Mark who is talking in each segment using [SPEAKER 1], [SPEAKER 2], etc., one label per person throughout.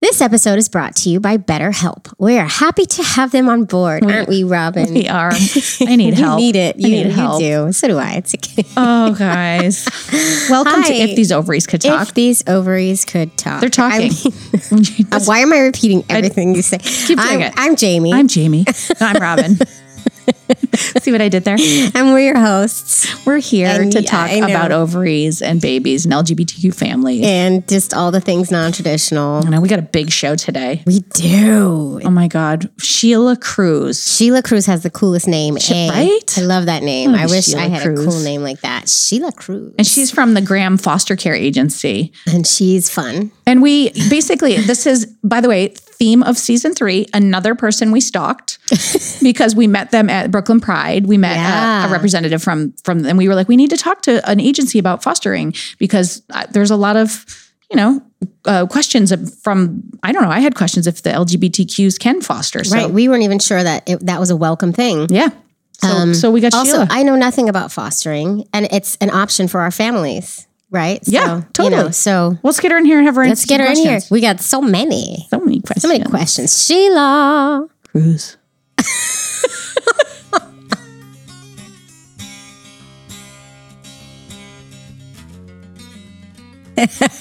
[SPEAKER 1] This episode is brought to you by BetterHelp. We are happy to have them on board, aren't we, Robin?
[SPEAKER 2] Mm. We are. I need
[SPEAKER 1] you
[SPEAKER 2] help.
[SPEAKER 1] need it. You,
[SPEAKER 2] I need
[SPEAKER 1] you
[SPEAKER 2] help.
[SPEAKER 1] do. So do I. It's okay.
[SPEAKER 2] Oh, guys. Welcome to
[SPEAKER 1] Hi.
[SPEAKER 2] If These Ovaries Could Talk.
[SPEAKER 1] If these ovaries could talk.
[SPEAKER 2] They're talking.
[SPEAKER 1] I mean, uh, why am I repeating everything you say? Keep
[SPEAKER 2] doing
[SPEAKER 1] I'm,
[SPEAKER 2] it.
[SPEAKER 1] I'm Jamie.
[SPEAKER 2] I'm Jamie. And I'm Robin. See what I did there?
[SPEAKER 1] and we're your hosts
[SPEAKER 2] We're here
[SPEAKER 1] And
[SPEAKER 2] to
[SPEAKER 1] yeah,
[SPEAKER 2] talk
[SPEAKER 1] I know.
[SPEAKER 2] about ovaries and babies and LGBTQ families.
[SPEAKER 1] and just all the things non traditional.
[SPEAKER 2] I know we got a big show today.
[SPEAKER 1] We do.
[SPEAKER 2] Oh my God. Sheila Cruz.
[SPEAKER 1] Sheila Cruz has the coolest name. A.
[SPEAKER 2] right?
[SPEAKER 1] I love that name. I wish
[SPEAKER 2] Sheila
[SPEAKER 1] I had a
[SPEAKER 2] Cruz.
[SPEAKER 1] cool name like that. Sheila Cruz.
[SPEAKER 2] And she's from the Graham Foster Care Agency.
[SPEAKER 1] And she's fun.
[SPEAKER 2] And we basically, this is, by the way, theme of season three another person we stalked because we met them at Brooklyn Pride. We met uh, a- a,
[SPEAKER 1] Yeah.
[SPEAKER 2] representative from, from, and we were like, we need to talk to an agency about fostering because uh, there's a lot of, you know, uh, questions of- from, I don't know, I had questions if the LGBTQs can foster. So,
[SPEAKER 1] Right. We weren't even sure that it, that was a welcome thing.
[SPEAKER 2] yeah. So, so we got
[SPEAKER 1] Um, Also,
[SPEAKER 2] Sheila.
[SPEAKER 1] I know nothing about fostering, and it's an option for our families, right?
[SPEAKER 2] Yeah, totally.
[SPEAKER 1] so
[SPEAKER 2] Let's get her in here and have her
[SPEAKER 1] let's get her in here. We got so many,
[SPEAKER 2] So many questions.
[SPEAKER 1] so many questions. Sheila.
[SPEAKER 2] Cruz.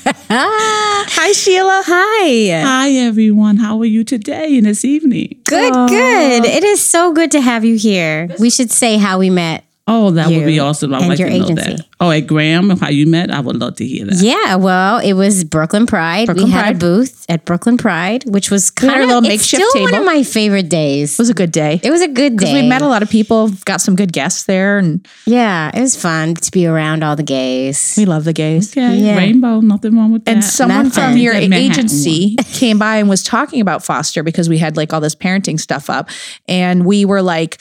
[SPEAKER 2] Hi, Sheila.
[SPEAKER 1] Hi.
[SPEAKER 3] Hi, everyone. How are you today and this evening?
[SPEAKER 1] Good, good. It is so good to have you here. We should say how we met.
[SPEAKER 3] Oh, that would be
[SPEAKER 1] You
[SPEAKER 3] awesome. I'd
[SPEAKER 1] and
[SPEAKER 3] like
[SPEAKER 1] your
[SPEAKER 3] to know
[SPEAKER 1] agency.
[SPEAKER 3] that. Oh, at Graham, how you met? I would love to hear that.
[SPEAKER 1] Yeah, well, it was Brooklyn Pride.
[SPEAKER 2] Brooklyn
[SPEAKER 1] we had a
[SPEAKER 2] Pride.
[SPEAKER 1] booth at Brooklyn Pride, which was kind
[SPEAKER 2] had a
[SPEAKER 1] of
[SPEAKER 2] little
[SPEAKER 1] it's
[SPEAKER 2] makeshift
[SPEAKER 1] still one of
[SPEAKER 2] table.
[SPEAKER 1] my favorite days.
[SPEAKER 2] It was a good day.
[SPEAKER 1] It was a good day.
[SPEAKER 2] we met a lot of people, got some good guests there, and
[SPEAKER 1] Yeah, it was fun to be around all the gays.
[SPEAKER 2] we love the gays.
[SPEAKER 3] Okay,
[SPEAKER 1] Yeah.
[SPEAKER 3] rainbow, nothing wrong with that.
[SPEAKER 2] And someone
[SPEAKER 1] That's
[SPEAKER 2] from
[SPEAKER 1] fine.
[SPEAKER 2] your
[SPEAKER 3] That Manhattan
[SPEAKER 2] agency came by and was talking about foster because we had like all this parenting stuff up, and we were like.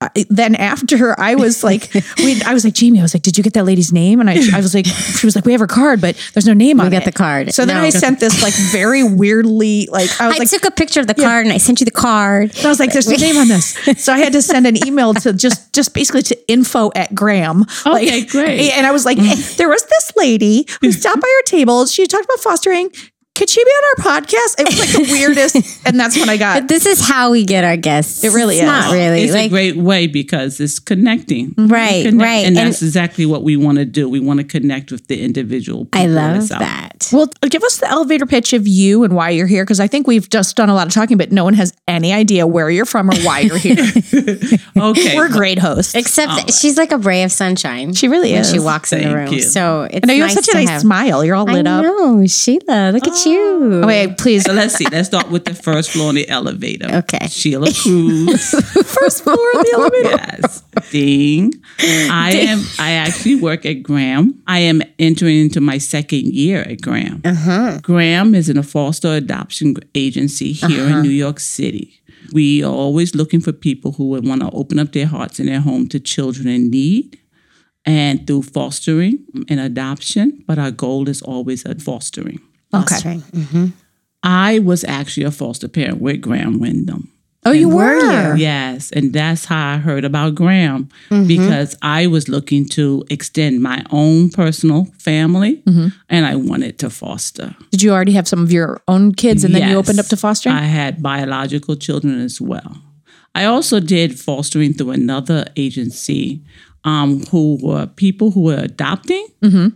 [SPEAKER 2] I- Then after I was like, we, I was like Jamie, I was like, did you get that lady's name? And I, I was like, she was like, we have her card, but there's no name on
[SPEAKER 1] got
[SPEAKER 2] it.
[SPEAKER 1] the card.
[SPEAKER 2] So then
[SPEAKER 1] No.
[SPEAKER 2] I sent this like very weirdly, like I was
[SPEAKER 1] I
[SPEAKER 2] like,
[SPEAKER 1] took a picture of the card and I sent you the card.
[SPEAKER 2] I was like, there's no name on this. So I had to send an email to just just basically to info at Graham.
[SPEAKER 3] Okay,
[SPEAKER 2] like,
[SPEAKER 3] great.
[SPEAKER 2] And I was like, there was this lady who stopped by our table. She talked about fostering. Could she be on our podcast? It was like the weirdest. And that's when I got
[SPEAKER 1] This is how we get our guests. It
[SPEAKER 2] really
[SPEAKER 1] it's
[SPEAKER 2] is.
[SPEAKER 1] Not really.
[SPEAKER 3] It's a
[SPEAKER 1] like
[SPEAKER 3] great way because it's connecting.
[SPEAKER 1] Right,
[SPEAKER 3] Connect-
[SPEAKER 1] right.
[SPEAKER 3] And,
[SPEAKER 1] And-
[SPEAKER 3] that's exactly what we want to do. We want to connect with the individual.
[SPEAKER 1] I
[SPEAKER 3] people
[SPEAKER 1] love
[SPEAKER 3] that's out
[SPEAKER 1] that.
[SPEAKER 2] well, give us the elevator pitch of you and why you're here, because I think we've just done a lot of talking, but no one has any idea where you're from or why you're here.
[SPEAKER 3] there. Okay.
[SPEAKER 2] We're great hosts.
[SPEAKER 1] Except that she's like a ray of sunshine.
[SPEAKER 2] She really
[SPEAKER 1] when
[SPEAKER 2] is.
[SPEAKER 1] She walks in the
[SPEAKER 3] Thank
[SPEAKER 1] room.
[SPEAKER 3] you.
[SPEAKER 1] So it's
[SPEAKER 2] I know you
[SPEAKER 1] nice
[SPEAKER 2] have such
[SPEAKER 1] to
[SPEAKER 2] a nice
[SPEAKER 1] have.
[SPEAKER 2] smile. You're all
[SPEAKER 1] I
[SPEAKER 2] lit up.
[SPEAKER 1] know, Sheila. Look at you.
[SPEAKER 2] Oh, wait, please.
[SPEAKER 3] so let's see. Let's start with the first floor in the elevator.
[SPEAKER 1] Okay.
[SPEAKER 3] Sheila Cruz.
[SPEAKER 1] First floor of the elevator.
[SPEAKER 3] yes. Ding. I am. I actually work at Graham. I am entering into my second year at Graham. Graham is in a foster adoption agency here in New York City. We are always looking for people who would want to open up their hearts and their home to children in need and through fostering and adoption. But our goal is always a fostering.
[SPEAKER 2] Okay.
[SPEAKER 3] I was actually a foster parent with Graham Wyndham.
[SPEAKER 2] Oh, you were.
[SPEAKER 3] Yes, and that's how I heard about Graham because I was looking to extend my own personal family and I wanted to foster.
[SPEAKER 2] Did you already have some of your own kids and then you
[SPEAKER 3] Yes.
[SPEAKER 2] opened up to fostering?
[SPEAKER 3] I had biological children as well. I also did fostering through another agency um, who were people who were adopting
[SPEAKER 2] Mm-hmm.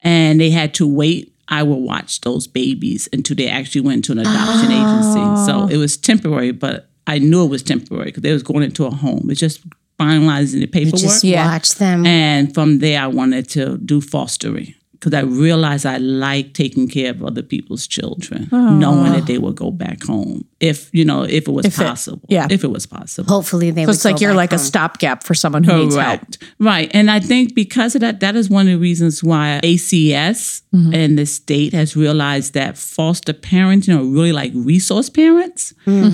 [SPEAKER 3] and they had to wait. I would watch those babies until they actually went to an adoption
[SPEAKER 2] Ah.
[SPEAKER 3] agency. So it was temporary, but I knew it was temporary because they was going into a home. It's just finalizing the paperwork.
[SPEAKER 1] Just
[SPEAKER 2] Yeah.
[SPEAKER 1] watch them.
[SPEAKER 3] And from there, I wanted to do fostering because I realized I like taking care of other people's children, knowing that they would go back home if you know if it was possible.
[SPEAKER 2] yeah.
[SPEAKER 3] if it was possible.
[SPEAKER 1] Hopefully they.
[SPEAKER 2] So
[SPEAKER 1] would
[SPEAKER 2] it's like
[SPEAKER 1] go
[SPEAKER 2] you're
[SPEAKER 1] back
[SPEAKER 2] like a
[SPEAKER 1] home.
[SPEAKER 2] stopgap for someone who needs help.
[SPEAKER 3] Correct. Oh, Right. And I think because of that, that is one of the reasons why ACS and the state has realized that foster parents, you know, really like resource parents.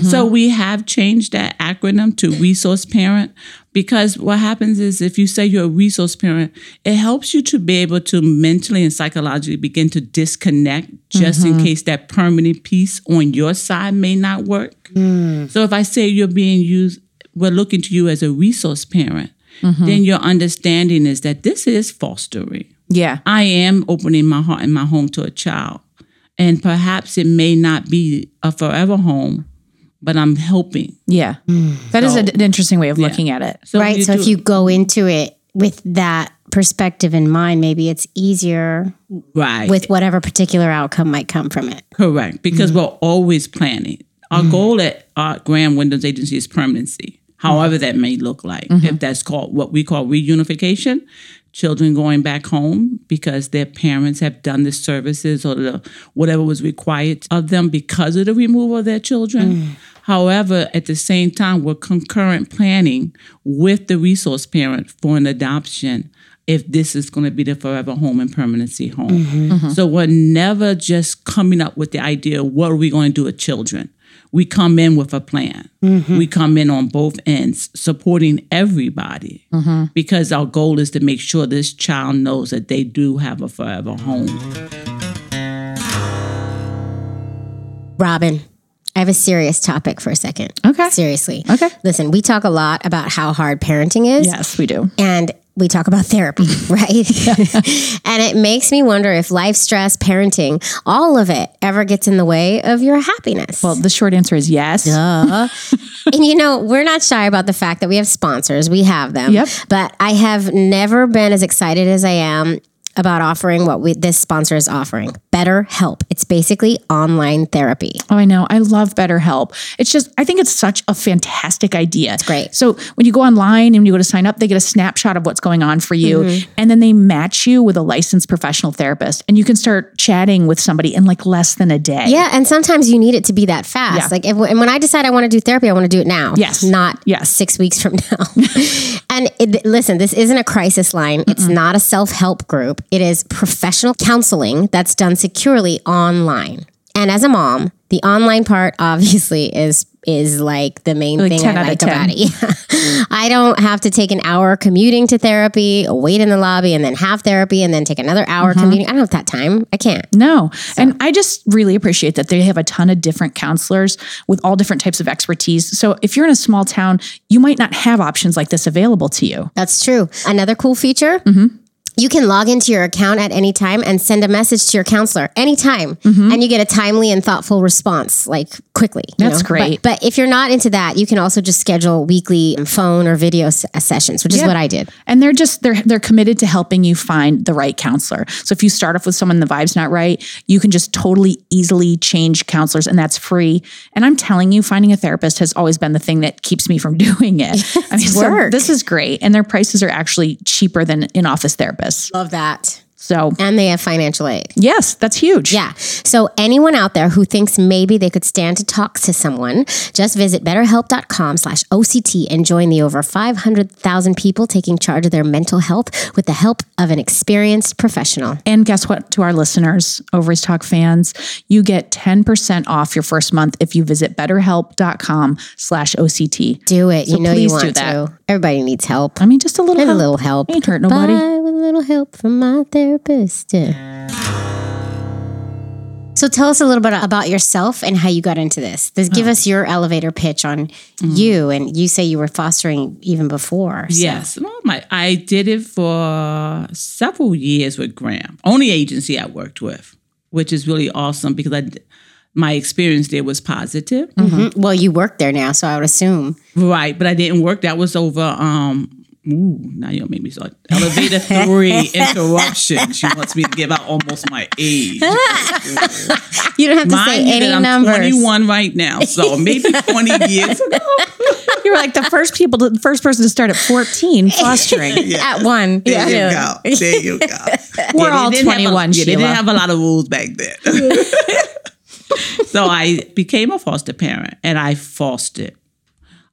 [SPEAKER 3] So we have changed that acronym to resource parent because what happens is if you say you're a resource parent, it helps you to be able to mentally and psychologically begin to disconnect just in case that permanent piece on your side may not work. So if I say you're being used, we're looking to you as a resource parent,
[SPEAKER 1] Mm-hmm.
[SPEAKER 3] then your understanding is that this is fostering.
[SPEAKER 2] Yeah.
[SPEAKER 3] I am opening my heart and my home to a child. and perhaps it may not be a forever home, but I'm hoping.
[SPEAKER 2] Yeah. that is an an interesting way of looking at it.
[SPEAKER 3] So
[SPEAKER 1] right. So
[SPEAKER 3] do-
[SPEAKER 1] if you go into it with that perspective in mind, maybe it's easier
[SPEAKER 3] right
[SPEAKER 1] with whatever particular outcome might come from it.
[SPEAKER 3] Correct, because we're always planning. Our goal at our Graham Windows Agency is permanency, however that may look like. If that's called what we call reunification, children going back home because their parents have done the services or the, whatever was required of them because of the removal of their children. However, at the same time, we're concurrent planning with the resource parent for an adoption if this is going to be the forever home and permanency home. So we're never just coming up with the idea of what are we going to do with children. We come in with a plan. We come in on both ends, supporting everybody because our goal is to make sure this child knows that they do have a forever home.
[SPEAKER 1] Robin, I have a serious topic for a second.
[SPEAKER 2] Okay.
[SPEAKER 1] Seriously.
[SPEAKER 2] Okay.
[SPEAKER 1] Listen, we talk a lot about how hard parenting is.
[SPEAKER 2] Yes, we do.
[SPEAKER 1] and we talk about therapy, right? and it makes me wonder if life stress, parenting, all of it ever gets in the way of your happiness.
[SPEAKER 2] Well, the short answer is yes.
[SPEAKER 1] and you know, we're not shy about the fact that we have sponsors, we have them.
[SPEAKER 2] Yep.
[SPEAKER 1] But I have never been as excited as I am about offering what we, this sponsor is offering better help it's basically online therapy
[SPEAKER 2] Oh, I know. I love BetterHelp. It's just, I think it's such a fantastic idea. It's
[SPEAKER 1] great.
[SPEAKER 2] So when you go online and you go to sign up, they get a snapshot of what's going on for you. And then they match you with a licensed professional therapist. And you can start chatting with somebody in like less than a day.
[SPEAKER 1] yeah and sometimes you need it to be that fast
[SPEAKER 2] Yeah.
[SPEAKER 1] like if, and when i decide i want to do therapy i want to do it now
[SPEAKER 2] Yes.
[SPEAKER 1] not
[SPEAKER 2] Yes.
[SPEAKER 1] six weeks from now. and it, listen, this isn't a crisis line. It's not a self help group. It is professional counseling that's done securely online. And as a mom, the online part obviously is is like the main thing
[SPEAKER 2] 10
[SPEAKER 1] I
[SPEAKER 2] out of
[SPEAKER 1] like
[SPEAKER 2] 10.
[SPEAKER 1] about it. Yeah. I don't have to take an hour commuting to therapy, wait in the lobby, and then have therapy, and then take another hour
[SPEAKER 2] Mm-hmm.
[SPEAKER 1] commuting. I don't have that time. I can't.
[SPEAKER 2] No. And I just really appreciate that they have a ton of different counselors with all different types of expertise. So if you're in a small town, you might not have options like this available to you.
[SPEAKER 1] That's true. Another cool feature.
[SPEAKER 2] Mm-hmm.
[SPEAKER 1] You can log into your account at any time and send a message to your counselor anytime,
[SPEAKER 2] Mm-hmm.
[SPEAKER 1] and you get a timely and thoughtful response, like quickly. you
[SPEAKER 2] That's
[SPEAKER 1] know?
[SPEAKER 2] great.
[SPEAKER 1] But, but if you're not into that, you can also just schedule weekly phone or video s- sessions, which is what I did.
[SPEAKER 2] And they're just they're they're committed to helping you find the right counselor. So if you start off with someone the vibe's not right, you can just totally easily change counselors and that's free. And I'm telling you finding a therapist has always been the thing that keeps me from doing it. I mean, so
[SPEAKER 1] work.
[SPEAKER 2] this is great and their prices are actually cheaper than in-office therapists.
[SPEAKER 1] Love that.
[SPEAKER 2] So,
[SPEAKER 1] And they have financial aid.
[SPEAKER 2] yes, that's huge.
[SPEAKER 1] Yeah. So anyone out there who thinks maybe they could stand to talk to someone, just visit betterhelp.com slash OCT and join the over 500,000 people taking charge of their mental health with the help of an experienced professional.
[SPEAKER 2] And guess what? To our listeners, Ovaries Talk fans, you get 10% off your first month if you visit betterhelp.com slash OCT.
[SPEAKER 1] Do it. you know you
[SPEAKER 2] please
[SPEAKER 1] want
[SPEAKER 2] do that.
[SPEAKER 1] to. Everybody needs help.
[SPEAKER 2] I mean, just a little
[SPEAKER 1] And a
[SPEAKER 2] help.
[SPEAKER 1] little help.
[SPEAKER 2] Ain't hurt nobody.
[SPEAKER 1] Bye with a little help from my therapist. Yeah. So tell us a little bit about yourself and how you got into this. this give us your elevator pitch on
[SPEAKER 2] Mm.
[SPEAKER 1] you. And you say you were fostering even before. so-
[SPEAKER 3] Yes. Well, my, I did it for several years with Graham, only agency I worked with, which is really awesome because I, d- my experience there was positive.
[SPEAKER 1] Mhm. Well, you work there now, so I would assume.
[SPEAKER 3] Right, but I didn't work. That was over. Um, ooh, now you made me start. Elevator three interruption. She wants me to give out almost my age.
[SPEAKER 1] You don't have to
[SPEAKER 3] Mind
[SPEAKER 1] say
[SPEAKER 3] you, that
[SPEAKER 1] any
[SPEAKER 3] I'm
[SPEAKER 1] numbers.
[SPEAKER 3] 21 right now, so maybe 20 years ago.
[SPEAKER 2] You were like the first people, to, first person to start at 14 fostering.
[SPEAKER 1] At one.
[SPEAKER 3] There
[SPEAKER 1] Yeah.
[SPEAKER 3] you go. There you go.
[SPEAKER 2] We're
[SPEAKER 3] Yeah, they
[SPEAKER 2] all
[SPEAKER 3] didn't have a-
[SPEAKER 2] 21,
[SPEAKER 3] yeah, they
[SPEAKER 2] Sheila.
[SPEAKER 3] didn't have a lot of rules back then. so I became a foster parent and I fostered.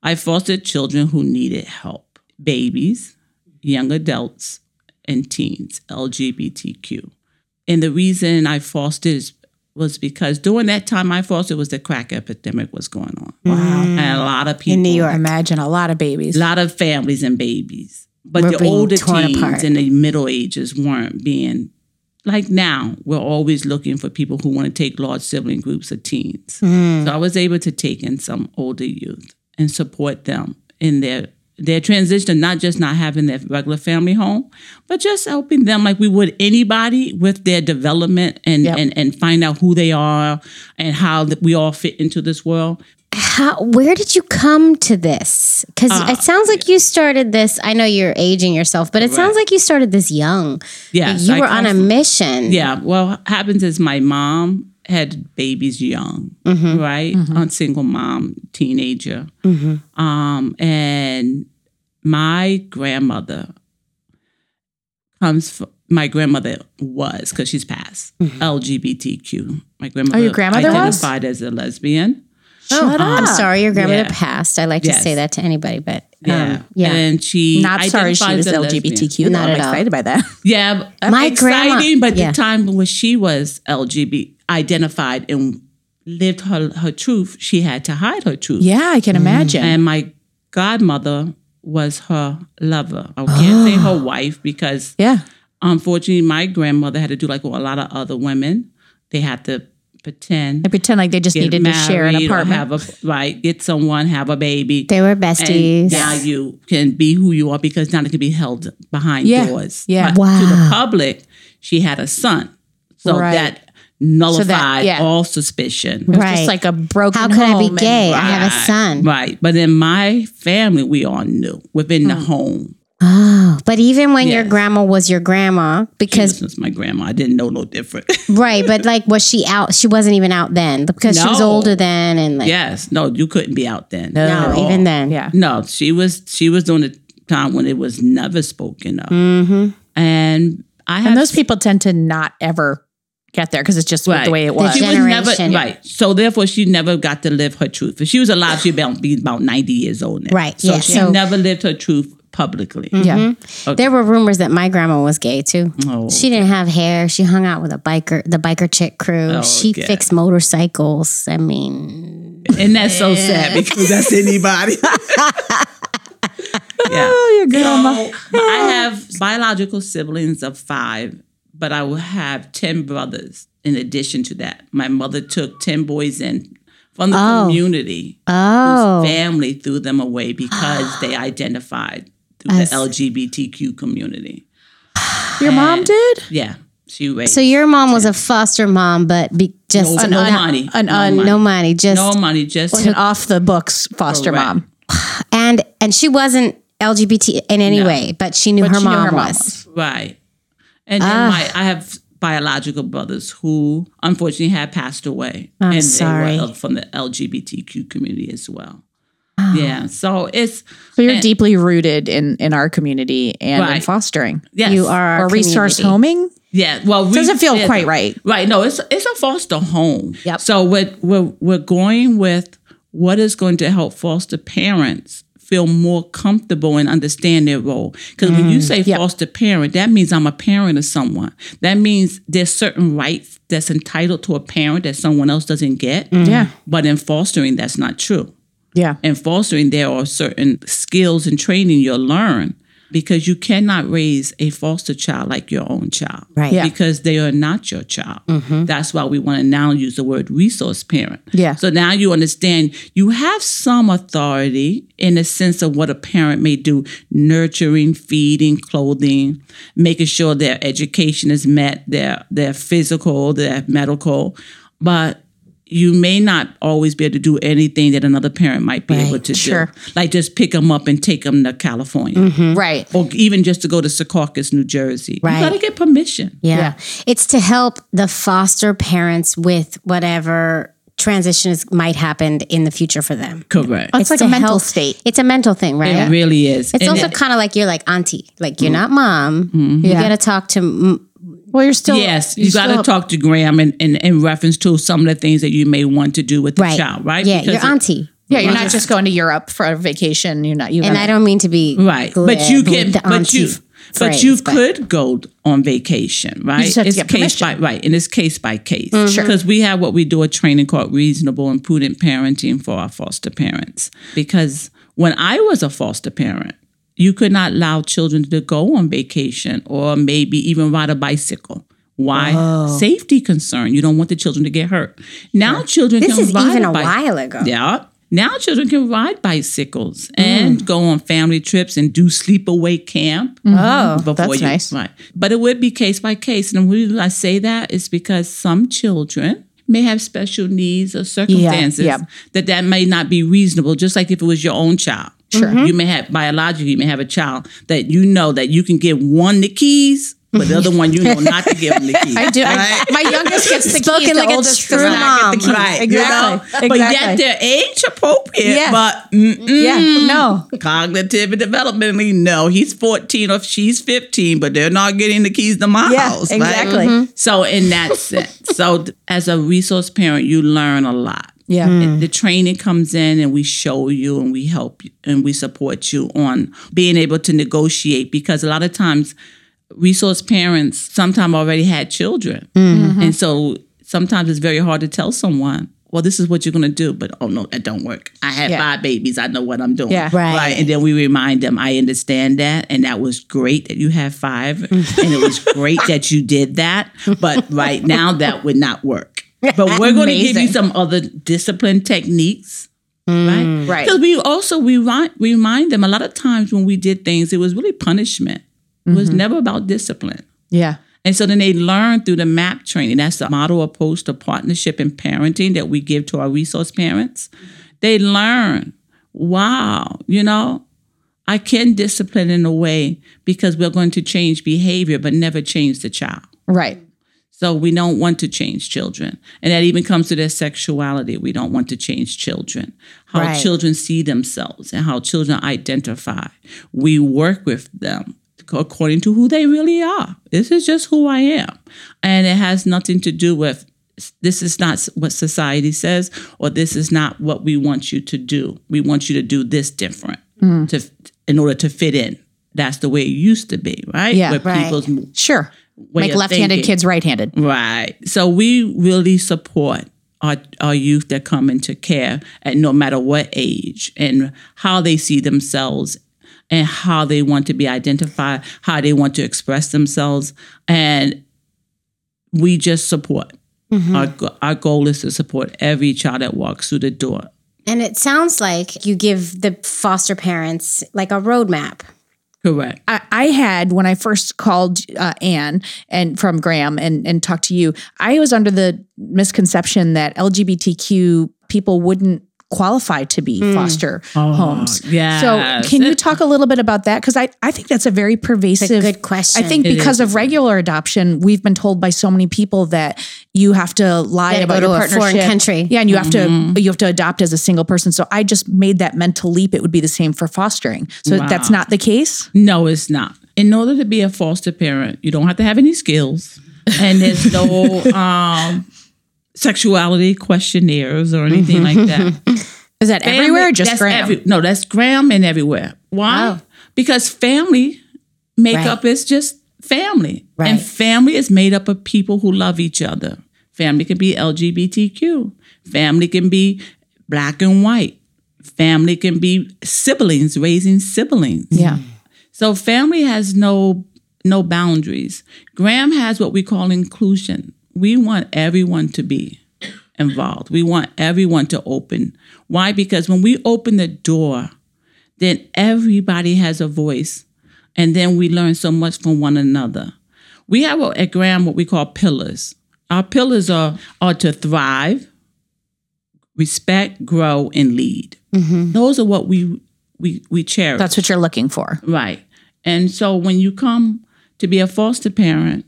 [SPEAKER 3] I fostered children who needed help babies, young adults, and teens, LGBTQ. And the reason I fostered is, was because during that time I fostered was the crack epidemic was going on.
[SPEAKER 2] Mm.
[SPEAKER 3] Wow. And a lot of people
[SPEAKER 1] In New York.
[SPEAKER 2] Imagine a lot of babies.
[SPEAKER 3] a lot of families and babies, but
[SPEAKER 1] Were
[SPEAKER 3] the
[SPEAKER 1] being
[SPEAKER 3] older
[SPEAKER 1] torn
[SPEAKER 3] teens
[SPEAKER 1] apart.
[SPEAKER 3] and the middle ages weren't being like now. We're always looking for people who want to take large sibling groups of
[SPEAKER 1] Mm.
[SPEAKER 3] teens. So I was able to take in some older youth and support them in their their transition to not just not having their regular family home, but just helping them like we would anybody with their development and
[SPEAKER 2] Yep.
[SPEAKER 3] and, and find out who they are and how that we all fit into this world.
[SPEAKER 1] How, where did you come to this? Because
[SPEAKER 3] Uh,
[SPEAKER 1] it sounds like you started this. I know you're aging yourself, but it sounds like you started this young.
[SPEAKER 3] Yes,
[SPEAKER 1] you
[SPEAKER 3] I
[SPEAKER 1] were on a
[SPEAKER 3] come from-
[SPEAKER 1] mission.
[SPEAKER 3] Yeah. Well, what happens is my mom had babies young,
[SPEAKER 2] Mm-hmm.
[SPEAKER 3] right? On single mom, teenager.
[SPEAKER 2] Mm-hmm.
[SPEAKER 3] Um, and my grandmother comes from, my grandmother was, because she's passed, LGBTQ. My grandmother
[SPEAKER 2] Mm-hmm. Oh, grandmother was?
[SPEAKER 3] identified as a lesbian. Oh,
[SPEAKER 2] Shut
[SPEAKER 1] I'm sorry, your grandmother
[SPEAKER 3] Yeah.
[SPEAKER 1] passed. I like to
[SPEAKER 3] Yes.
[SPEAKER 1] say that to anybody, but
[SPEAKER 3] Yeah.
[SPEAKER 1] um, yeah.
[SPEAKER 3] And she
[SPEAKER 2] Oh, Not sorry she
[SPEAKER 3] identifies
[SPEAKER 2] was
[SPEAKER 3] as a lesbian.
[SPEAKER 2] LGBTQ. though.
[SPEAKER 1] Not
[SPEAKER 2] I'm
[SPEAKER 1] at all.
[SPEAKER 2] excited by that.
[SPEAKER 3] Yeah, but
[SPEAKER 1] My
[SPEAKER 3] exciting,
[SPEAKER 1] grandma-
[SPEAKER 3] but
[SPEAKER 1] yeah.
[SPEAKER 3] the time when she was LGBT identified and lived her her truth, she had to hide her truth.
[SPEAKER 2] Yeah, I can imagine.
[SPEAKER 3] Mm. And my godmother was her lover. I can't say
[SPEAKER 2] Ah.
[SPEAKER 3] her wife because
[SPEAKER 2] yeah.
[SPEAKER 3] unfortunately my grandmother had to do like what a lot of other women. They had to pretend
[SPEAKER 2] I pretend like they just
[SPEAKER 3] get
[SPEAKER 2] needed to share an
[SPEAKER 3] married or
[SPEAKER 2] apartment.
[SPEAKER 3] have a right, get someone, have a baby.
[SPEAKER 1] they were
[SPEAKER 3] and
[SPEAKER 1] besties.
[SPEAKER 3] now you can be who you are because now it can be held behind
[SPEAKER 2] Yeah.
[SPEAKER 3] doors.
[SPEAKER 2] Yeah.
[SPEAKER 3] But To the
[SPEAKER 1] Wow.
[SPEAKER 3] public, she had a son. So
[SPEAKER 2] Right.
[SPEAKER 3] that nullified
[SPEAKER 2] yeah.
[SPEAKER 3] all suspicion.
[SPEAKER 1] Right.
[SPEAKER 2] Just like a broken
[SPEAKER 1] How could I
[SPEAKER 2] home
[SPEAKER 1] be
[SPEAKER 2] and-
[SPEAKER 1] gay? I have a
[SPEAKER 3] Right.
[SPEAKER 1] son.
[SPEAKER 3] Right. But in my family, we all knew within the home.
[SPEAKER 1] Oh, but even when your
[SPEAKER 3] Yes.
[SPEAKER 1] grandma was your grandma, because
[SPEAKER 3] Since my grandma, I didn't know no different.
[SPEAKER 1] right, but like, was she out? She wasn't even out then because she was
[SPEAKER 3] No.
[SPEAKER 1] older then, and like,
[SPEAKER 3] yes. No, you couldn't be out then.
[SPEAKER 1] no,
[SPEAKER 3] At all.
[SPEAKER 1] even then,
[SPEAKER 2] Yeah.
[SPEAKER 3] No, she was she was during the time when it was never spoken of. Mm-hmm. And I have
[SPEAKER 2] And those people tend to not ever get there because it's just
[SPEAKER 3] Right.
[SPEAKER 2] the way it
[SPEAKER 1] Did
[SPEAKER 2] was.
[SPEAKER 1] you-
[SPEAKER 3] she was never
[SPEAKER 1] generation.
[SPEAKER 3] right. So therefore, she never got to live her truth. If she was alive, she'd about- be about ninety years old. Now.
[SPEAKER 1] Right,
[SPEAKER 3] So
[SPEAKER 1] yeah,
[SPEAKER 3] she
[SPEAKER 1] so-
[SPEAKER 3] never lived her truth publicly.
[SPEAKER 2] yeah.
[SPEAKER 1] There were rumors that my grandma was gay too.
[SPEAKER 3] Oh.
[SPEAKER 1] She didn't have hair. She hung out with a biker, the biker chick crew. she
[SPEAKER 3] Oh, yeah.
[SPEAKER 1] fixed motorcycles. I mean,
[SPEAKER 3] And that's so sad because that's anybody. yeah.
[SPEAKER 2] Oh, you're good. Alma.
[SPEAKER 3] I have biological siblings of five, but I will have 10 brothers in addition to that. My mother took 10 boys in from the community.
[SPEAKER 1] oh,
[SPEAKER 3] Family threw them away because they identified through
[SPEAKER 1] As-
[SPEAKER 3] the LGBTQ community.
[SPEAKER 2] Your mom did?
[SPEAKER 3] Yeah. She raised.
[SPEAKER 1] so your mom was a foster mom, but be, just
[SPEAKER 3] no,
[SPEAKER 1] not-
[SPEAKER 3] money.
[SPEAKER 2] an
[SPEAKER 3] no
[SPEAKER 2] un-
[SPEAKER 3] money.
[SPEAKER 1] no money, just
[SPEAKER 3] No money. Just
[SPEAKER 2] An off the books foster
[SPEAKER 3] Correct.
[SPEAKER 2] mom.
[SPEAKER 1] and and she wasn't LGBT in any way, but she knew, her,
[SPEAKER 2] she knew
[SPEAKER 1] mom
[SPEAKER 2] her mom
[SPEAKER 1] was.
[SPEAKER 3] right. And then my,
[SPEAKER 1] Ah.
[SPEAKER 3] I have biological brothers who unfortunately have passed away, I'm and
[SPEAKER 1] sorry.
[SPEAKER 3] they were from the LGBTQ community as well.
[SPEAKER 1] Ah.
[SPEAKER 3] Yeah. So it's
[SPEAKER 2] So you're
[SPEAKER 3] and-
[SPEAKER 2] deeply rooted in in our community and in
[SPEAKER 3] Right.
[SPEAKER 2] fostering.
[SPEAKER 3] yes.
[SPEAKER 1] You are our
[SPEAKER 2] Or resource
[SPEAKER 1] community.
[SPEAKER 2] homing?
[SPEAKER 3] Yeah. Well, we,
[SPEAKER 2] Doesn't feel
[SPEAKER 3] yeah,
[SPEAKER 2] quite right.
[SPEAKER 3] Right. No, it's it's a foster home.
[SPEAKER 2] Yep.
[SPEAKER 3] So we're, we're we're going with what is going to help foster parents feel more comfortable and understand their role. Because when
[SPEAKER 2] Mm-hmm.
[SPEAKER 3] you say foster parent, that means I'm a parent of someone. That means there's certain rights that's entitled to a parent that someone else doesn't get.
[SPEAKER 2] Mm-hmm. Yeah.
[SPEAKER 3] But in fostering, that's not true
[SPEAKER 2] Yeah.
[SPEAKER 3] and fostering, there are certain skills and training you'll learn because you cannot raise a foster child like your own child.
[SPEAKER 1] Right. Yeah. Mm-hmm.
[SPEAKER 3] Because they are not your child. That's why we want to now use the word resource parent.
[SPEAKER 2] Yeah.
[SPEAKER 3] So now you understand you have some authority in the sense of what a parent may do nurturing, feeding, clothing, making sure their education is met, their their physical, their medical. But you may not always be able to do anything that another parent might be able to
[SPEAKER 2] sure.
[SPEAKER 3] do. Like just pick them up and take them to California
[SPEAKER 2] Right.
[SPEAKER 3] or even just to go to Secaucus, New Jersey.
[SPEAKER 1] Mm-hmm. Right.
[SPEAKER 3] You got to get permission.
[SPEAKER 1] Yeah.
[SPEAKER 2] Yeah.
[SPEAKER 1] It's to help the foster parents with whatever transitions might happen in the future for them.
[SPEAKER 3] Correct.
[SPEAKER 2] It's like
[SPEAKER 1] to
[SPEAKER 2] a mental
[SPEAKER 1] help-
[SPEAKER 2] state.
[SPEAKER 1] It's a mental thing, right?
[SPEAKER 3] It really
[SPEAKER 1] It's
[SPEAKER 3] is. And Mm-hmm.
[SPEAKER 1] also
[SPEAKER 3] it-
[SPEAKER 1] kind of like you're like auntie, like you're not mom. You
[SPEAKER 2] Yeah.
[SPEAKER 1] got to talk to m-
[SPEAKER 2] Well, you're still
[SPEAKER 3] Yes,
[SPEAKER 2] you're
[SPEAKER 3] you got to
[SPEAKER 2] still-
[SPEAKER 3] talk to Graham in, in, in reference to some of the things that you may want to do with the
[SPEAKER 1] right,
[SPEAKER 3] child, right?
[SPEAKER 1] Yeah,
[SPEAKER 3] Because
[SPEAKER 1] your
[SPEAKER 3] it-
[SPEAKER 1] auntie.
[SPEAKER 2] Yeah, you're not just going to Europe for a vacation. You're not you
[SPEAKER 1] and I don't mean to be
[SPEAKER 3] right, but you
[SPEAKER 1] glib
[SPEAKER 3] can,
[SPEAKER 1] with the
[SPEAKER 3] but you,
[SPEAKER 1] auntie
[SPEAKER 3] but
[SPEAKER 1] phrase,
[SPEAKER 3] you could go on vacation, right?
[SPEAKER 2] just have to
[SPEAKER 3] it's
[SPEAKER 2] get
[SPEAKER 3] case by
[SPEAKER 2] permission.
[SPEAKER 3] right, and it's case by case.
[SPEAKER 1] Mm-hmm.
[SPEAKER 2] Sure.
[SPEAKER 3] because we have what we do a training called reasonable and prudent parenting for our foster parents. Because when I was a foster parent. You could not allow children to go on vacation or maybe even ride a bicycle. Why? Safety concern. You don't want the children to get hurt. Now children
[SPEAKER 1] This
[SPEAKER 3] can
[SPEAKER 1] is
[SPEAKER 3] ride
[SPEAKER 1] even a
[SPEAKER 3] a bike.
[SPEAKER 1] while ago.
[SPEAKER 3] Yeah. Now children can ride bicycles and go on family trips and do sleepaway camp.
[SPEAKER 2] Oh,
[SPEAKER 3] before
[SPEAKER 2] that's
[SPEAKER 3] you-
[SPEAKER 2] nice.
[SPEAKER 3] Right. But it would be case by case. And the reason I say that is because some children may have special needs or circumstances
[SPEAKER 2] yeah.
[SPEAKER 3] that that may not be reasonable, just like if it was your own child. Sure. You may have biologically, you may have a child that you know that you can give one the keys, but the other one you know not to give them the keys.
[SPEAKER 2] I do. I, my youngest gets the
[SPEAKER 1] Spoken
[SPEAKER 2] keys. The
[SPEAKER 1] like a
[SPEAKER 2] oldest
[SPEAKER 1] true
[SPEAKER 2] does not get the
[SPEAKER 1] mom.
[SPEAKER 2] keys.
[SPEAKER 3] Right, you know?
[SPEAKER 2] Exactly.
[SPEAKER 3] But yet
[SPEAKER 2] exactly.
[SPEAKER 3] they're age appropriate,
[SPEAKER 2] Yes.
[SPEAKER 3] but mm-mm.
[SPEAKER 2] yeah. No.
[SPEAKER 3] cognitive and developmentally, no, he's 14 or she's 15, but they're not getting the keys to my
[SPEAKER 2] Yeah,
[SPEAKER 3] house.
[SPEAKER 2] exactly. Mhm.
[SPEAKER 3] So, in that sense, so th- as a resource parent, you learn a lot.
[SPEAKER 2] Yeah.
[SPEAKER 3] And the training comes in and we show you and we help you and we support you on being able to negotiate because a lot of times resource parents sometimes already had children.
[SPEAKER 2] Mm-hmm.
[SPEAKER 3] And so sometimes it's very hard to tell someone, well, this is what you're going to do. But oh, no, that don't work. I had
[SPEAKER 2] Yeah.
[SPEAKER 3] five babies. I know what I'm doing.
[SPEAKER 2] Yeah.
[SPEAKER 1] Right.
[SPEAKER 3] And then we remind them, I understand that. And that was great that you have five. and it was great that you did that. But right now, that would not work. But we're going to give you
[SPEAKER 2] Amazing. Mm.
[SPEAKER 3] some other discipline techniques. Right,
[SPEAKER 2] Right.
[SPEAKER 3] Because we also we remind, remind them a lot of times when we did things, it was really punishment. It was never about discipline.
[SPEAKER 2] Yeah.
[SPEAKER 3] And so then they learn through the MAP training. That's the model approach to partnership and parenting that we give to our resource parents. They learn, wow, you know, I can discipline in a way because we're going to change behavior, but never change the child.
[SPEAKER 2] Right.
[SPEAKER 3] So we don't want to change children. And that even comes to their sexuality. We don't want to change children, how
[SPEAKER 1] Right.
[SPEAKER 3] children see themselves and how children identify. We work with them according to who they really are. This is just who I am. And it has nothing to do with this is not what society says or this is not what we want you to do. We want you to do this different
[SPEAKER 2] Mm.
[SPEAKER 3] to in order to fit in. That's the way it used to be, right?
[SPEAKER 2] Yeah,
[SPEAKER 3] With
[SPEAKER 1] right.
[SPEAKER 3] people's way
[SPEAKER 2] Sure. Like
[SPEAKER 3] of
[SPEAKER 2] left-handed
[SPEAKER 3] thinking.
[SPEAKER 2] kids, right-handed.
[SPEAKER 3] Right. So we really support our, our youth that come into care at no matter what age and how they see themselves and how they want to be identified, how they want to express themselves. And we just support. Our, go- our goal is to support every child that walks through the door.
[SPEAKER 1] And it sounds like you give the foster parents like a roadmap.
[SPEAKER 3] Correct.
[SPEAKER 2] I, I had when I first called uh, Anne and from Graham and and talked to you, I was under the misconception that LGBTQ people wouldn't qualify to be
[SPEAKER 1] Hmm.
[SPEAKER 2] foster homes.
[SPEAKER 3] Oh, yes.
[SPEAKER 2] So can you talk a little bit about that? Because I, I think that's a very pervasive
[SPEAKER 1] good question.
[SPEAKER 2] I think
[SPEAKER 3] It
[SPEAKER 2] because of regular adoption, we've been told by so many people that you have to lie
[SPEAKER 1] Gotta
[SPEAKER 2] about
[SPEAKER 1] go
[SPEAKER 2] your
[SPEAKER 1] to a foreign
[SPEAKER 2] partnership.
[SPEAKER 1] country.
[SPEAKER 2] Yeah, and you have
[SPEAKER 3] Mm-hmm.
[SPEAKER 2] to you have to adopt as a single person. So I just made that mental leap. It would be the same for fostering. So that's not the case.
[SPEAKER 3] No, it's not. In order to be a foster parent, you don't have to have any skills, and there's no um, sexuality questionnaires or anything like that.
[SPEAKER 2] Is that everywhere? Or just
[SPEAKER 3] that's
[SPEAKER 2] Graham? Oh.
[SPEAKER 3] every- no, that's Graham and everywhere. Why? Because family makeup is just family, and
[SPEAKER 1] Right.
[SPEAKER 3] family is made up of people who love each other. Family can be LGBTQ. Family can be black and white. Family can be siblings raising siblings.
[SPEAKER 2] yeah.
[SPEAKER 3] So family has no no boundaries. Graham has what we call inclusion. We want everyone to be involved. We want everyone to open. Why? Because when we open the door, then everybody has a voice. And then we learn so much from one another. We have what- at Graham what we call pillars. Our pillars are are to thrive, respect, grow, and lead. Those are what we we we cherish.
[SPEAKER 2] That's what you're looking for.
[SPEAKER 3] Right. And so when you come to be a foster parent,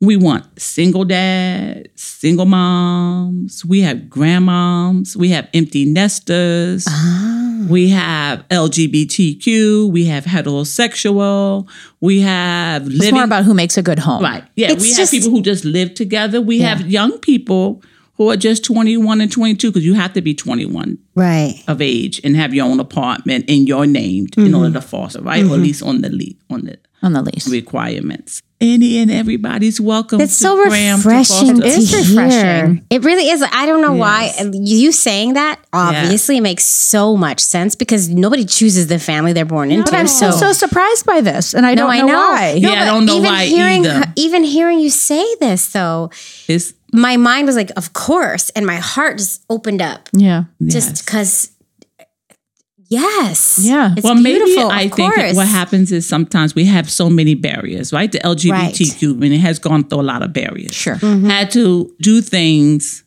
[SPEAKER 3] we want single dads, single moms, we have grandmoms, we have empty nesters,
[SPEAKER 2] Ah.
[SPEAKER 3] we have LGBTQ, we have heterosexual, we have
[SPEAKER 2] It's
[SPEAKER 3] living
[SPEAKER 2] more about who makes a good home.
[SPEAKER 3] Right. Yeah.
[SPEAKER 1] It's
[SPEAKER 3] we
[SPEAKER 1] just-
[SPEAKER 3] have people who just live together. We have young people who are just 21 and 22 because you have to be 21
[SPEAKER 1] Right.
[SPEAKER 3] of age and have your own apartment and you're named
[SPEAKER 1] Mm-hmm.
[SPEAKER 3] in order to foster, right? Or at least on the lead, on the
[SPEAKER 2] On the lease.
[SPEAKER 3] requirements. Any and everybody's welcome.
[SPEAKER 1] It's
[SPEAKER 3] to
[SPEAKER 1] so
[SPEAKER 3] Graham to
[SPEAKER 1] refreshing.
[SPEAKER 3] foster.
[SPEAKER 1] to
[SPEAKER 2] is refreshing.
[SPEAKER 1] Hear. It really is. I don't know why and you saying that obviously makes so much sense because nobody chooses the family they're born into.
[SPEAKER 2] But I'm so so surprised by this, and I
[SPEAKER 1] no,
[SPEAKER 2] don't
[SPEAKER 1] I
[SPEAKER 2] know,
[SPEAKER 1] know.
[SPEAKER 2] why.
[SPEAKER 1] No,
[SPEAKER 3] Yeah, I
[SPEAKER 1] but
[SPEAKER 3] don't know
[SPEAKER 1] even
[SPEAKER 3] why
[SPEAKER 1] hearing,
[SPEAKER 3] either.
[SPEAKER 1] her- Even hearing you say this, though,
[SPEAKER 3] It's-
[SPEAKER 1] my mind was like, "Of course," and my heart just opened up
[SPEAKER 2] Yeah.
[SPEAKER 1] just because Yes.
[SPEAKER 2] Yeah.
[SPEAKER 1] It's
[SPEAKER 3] well, maybe
[SPEAKER 1] beautiful,
[SPEAKER 3] I
[SPEAKER 1] of
[SPEAKER 3] think
[SPEAKER 1] course.
[SPEAKER 3] what happens is sometimes we have so many barriers, right? The LGBTQ community has gone through a lot of barriers. Mm-hmm.
[SPEAKER 2] Sure.
[SPEAKER 3] Had to do things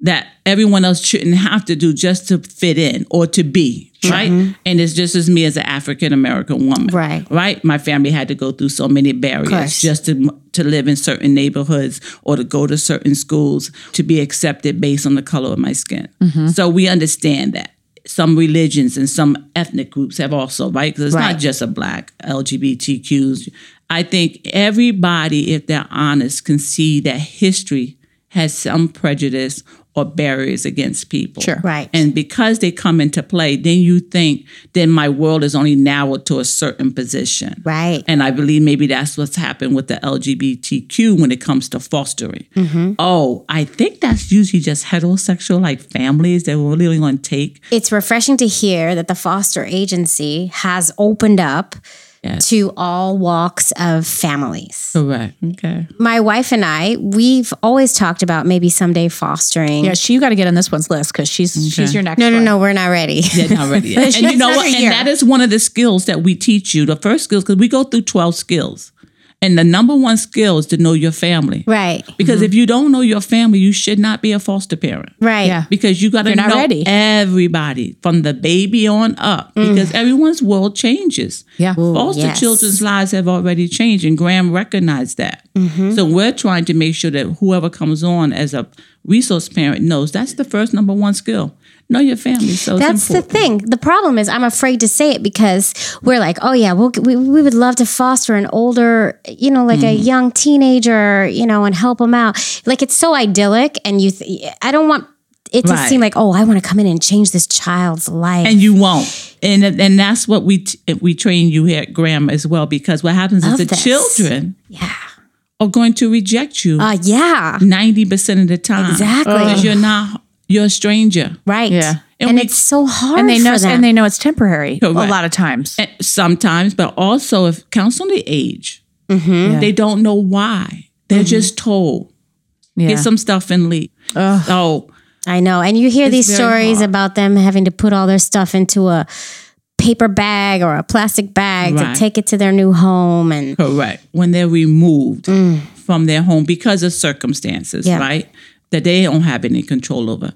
[SPEAKER 3] that everyone else shouldn't have to do just to fit in or to be, right? And it's just as me as an African American woman.
[SPEAKER 1] Mm-hmm. Right.
[SPEAKER 3] Right? My family had to go through so many barriers
[SPEAKER 1] Course.
[SPEAKER 3] just to to live in certain neighborhoods or to go to certain schools to be accepted based on the color of my skin. So we understand that. Some religions and some ethnic groups have also, right? Because it's
[SPEAKER 1] Right.
[SPEAKER 3] not just a black LGBTQs. I think everybody, if they're honest, can see that history has some prejudice or barriers against people.
[SPEAKER 2] Sure.
[SPEAKER 1] Right.
[SPEAKER 3] And because they come into play, then you think, then my world is only narrowed to a certain position.
[SPEAKER 1] Right.
[SPEAKER 3] And I believe maybe that's what's happened with the LGBTQ when it comes to fostering.
[SPEAKER 1] Mm-hmm.
[SPEAKER 3] Oh, I think that's usually just heterosexual, like families that were really going to take.
[SPEAKER 1] it's refreshing to hear that the foster agency has opened up to all walks of families.
[SPEAKER 3] Correct. Okay.
[SPEAKER 1] My wife and I, we've always talked about maybe someday fostering.
[SPEAKER 2] Yeah, she you got to get on this one's list because she's she's your next.
[SPEAKER 1] No, no,
[SPEAKER 2] one.
[SPEAKER 1] no, we're not ready.
[SPEAKER 3] They're not ready yet. and you know
[SPEAKER 1] not
[SPEAKER 3] what?
[SPEAKER 1] a
[SPEAKER 3] And
[SPEAKER 1] year.
[SPEAKER 3] that is one of the skills that we teach you. The first skills, because we go through 12 skills. And the number one skill is to know your family.
[SPEAKER 1] right.
[SPEAKER 3] Because if you don't know your family, you should not be a foster parent.
[SPEAKER 1] Right.
[SPEAKER 2] Yeah.
[SPEAKER 3] Because you got to
[SPEAKER 2] You're
[SPEAKER 3] know
[SPEAKER 2] not ready.
[SPEAKER 3] everybody from the baby on up
[SPEAKER 1] Mm.
[SPEAKER 3] because everyone's world changes.
[SPEAKER 2] Yeah. Ooh,
[SPEAKER 3] Foster
[SPEAKER 1] yes.
[SPEAKER 3] children's lives have already changed, and Graham recognized that.
[SPEAKER 1] Mm-hmm.
[SPEAKER 3] So we're trying to make sure that whoever comes on as a resource parent knows that's the first number one skill. Know your family. So it's
[SPEAKER 1] That's the
[SPEAKER 3] important.
[SPEAKER 1] thing. The problem is, I'm afraid to say it because we're like, oh yeah, we'll, we we would love to foster an older, you know, like
[SPEAKER 3] Mm.
[SPEAKER 1] a young teenager, you know, and help them out. Like it's so idyllic, and you, th- I don't want it to
[SPEAKER 3] Right.
[SPEAKER 1] seem like, oh, I want to come in and change this child's life.
[SPEAKER 3] and you won't. And and that's what we t- we train you here at Graham as well because what happens is
[SPEAKER 1] Love
[SPEAKER 3] the
[SPEAKER 1] this.
[SPEAKER 3] children
[SPEAKER 1] yeah,
[SPEAKER 3] are going to reject you
[SPEAKER 1] uh, yeah,
[SPEAKER 3] ninety percent of the time.
[SPEAKER 1] Exactly.
[SPEAKER 3] because you're not you're a stranger.
[SPEAKER 1] right.
[SPEAKER 2] Yeah.
[SPEAKER 1] and,
[SPEAKER 3] And we-
[SPEAKER 1] it's so hard.
[SPEAKER 2] And they know,
[SPEAKER 1] for them.
[SPEAKER 2] and they know it's temporary a
[SPEAKER 3] Correct.
[SPEAKER 2] lot of times.
[SPEAKER 3] And sometimes, but also if counts on the age, they don't know why. They're just told
[SPEAKER 2] Yeah.
[SPEAKER 3] get some stuff and leave. So
[SPEAKER 1] I know. And you hear these
[SPEAKER 3] very
[SPEAKER 1] stories
[SPEAKER 3] hard.
[SPEAKER 1] about them having to put all their stuff into a paper bag or a plastic bag
[SPEAKER 3] Right.
[SPEAKER 1] to take it to their new home and
[SPEAKER 3] correct when they're removed
[SPEAKER 2] Mm.
[SPEAKER 3] from their home because of circumstances,
[SPEAKER 1] Yeah.
[SPEAKER 3] right? That they don't have any control over.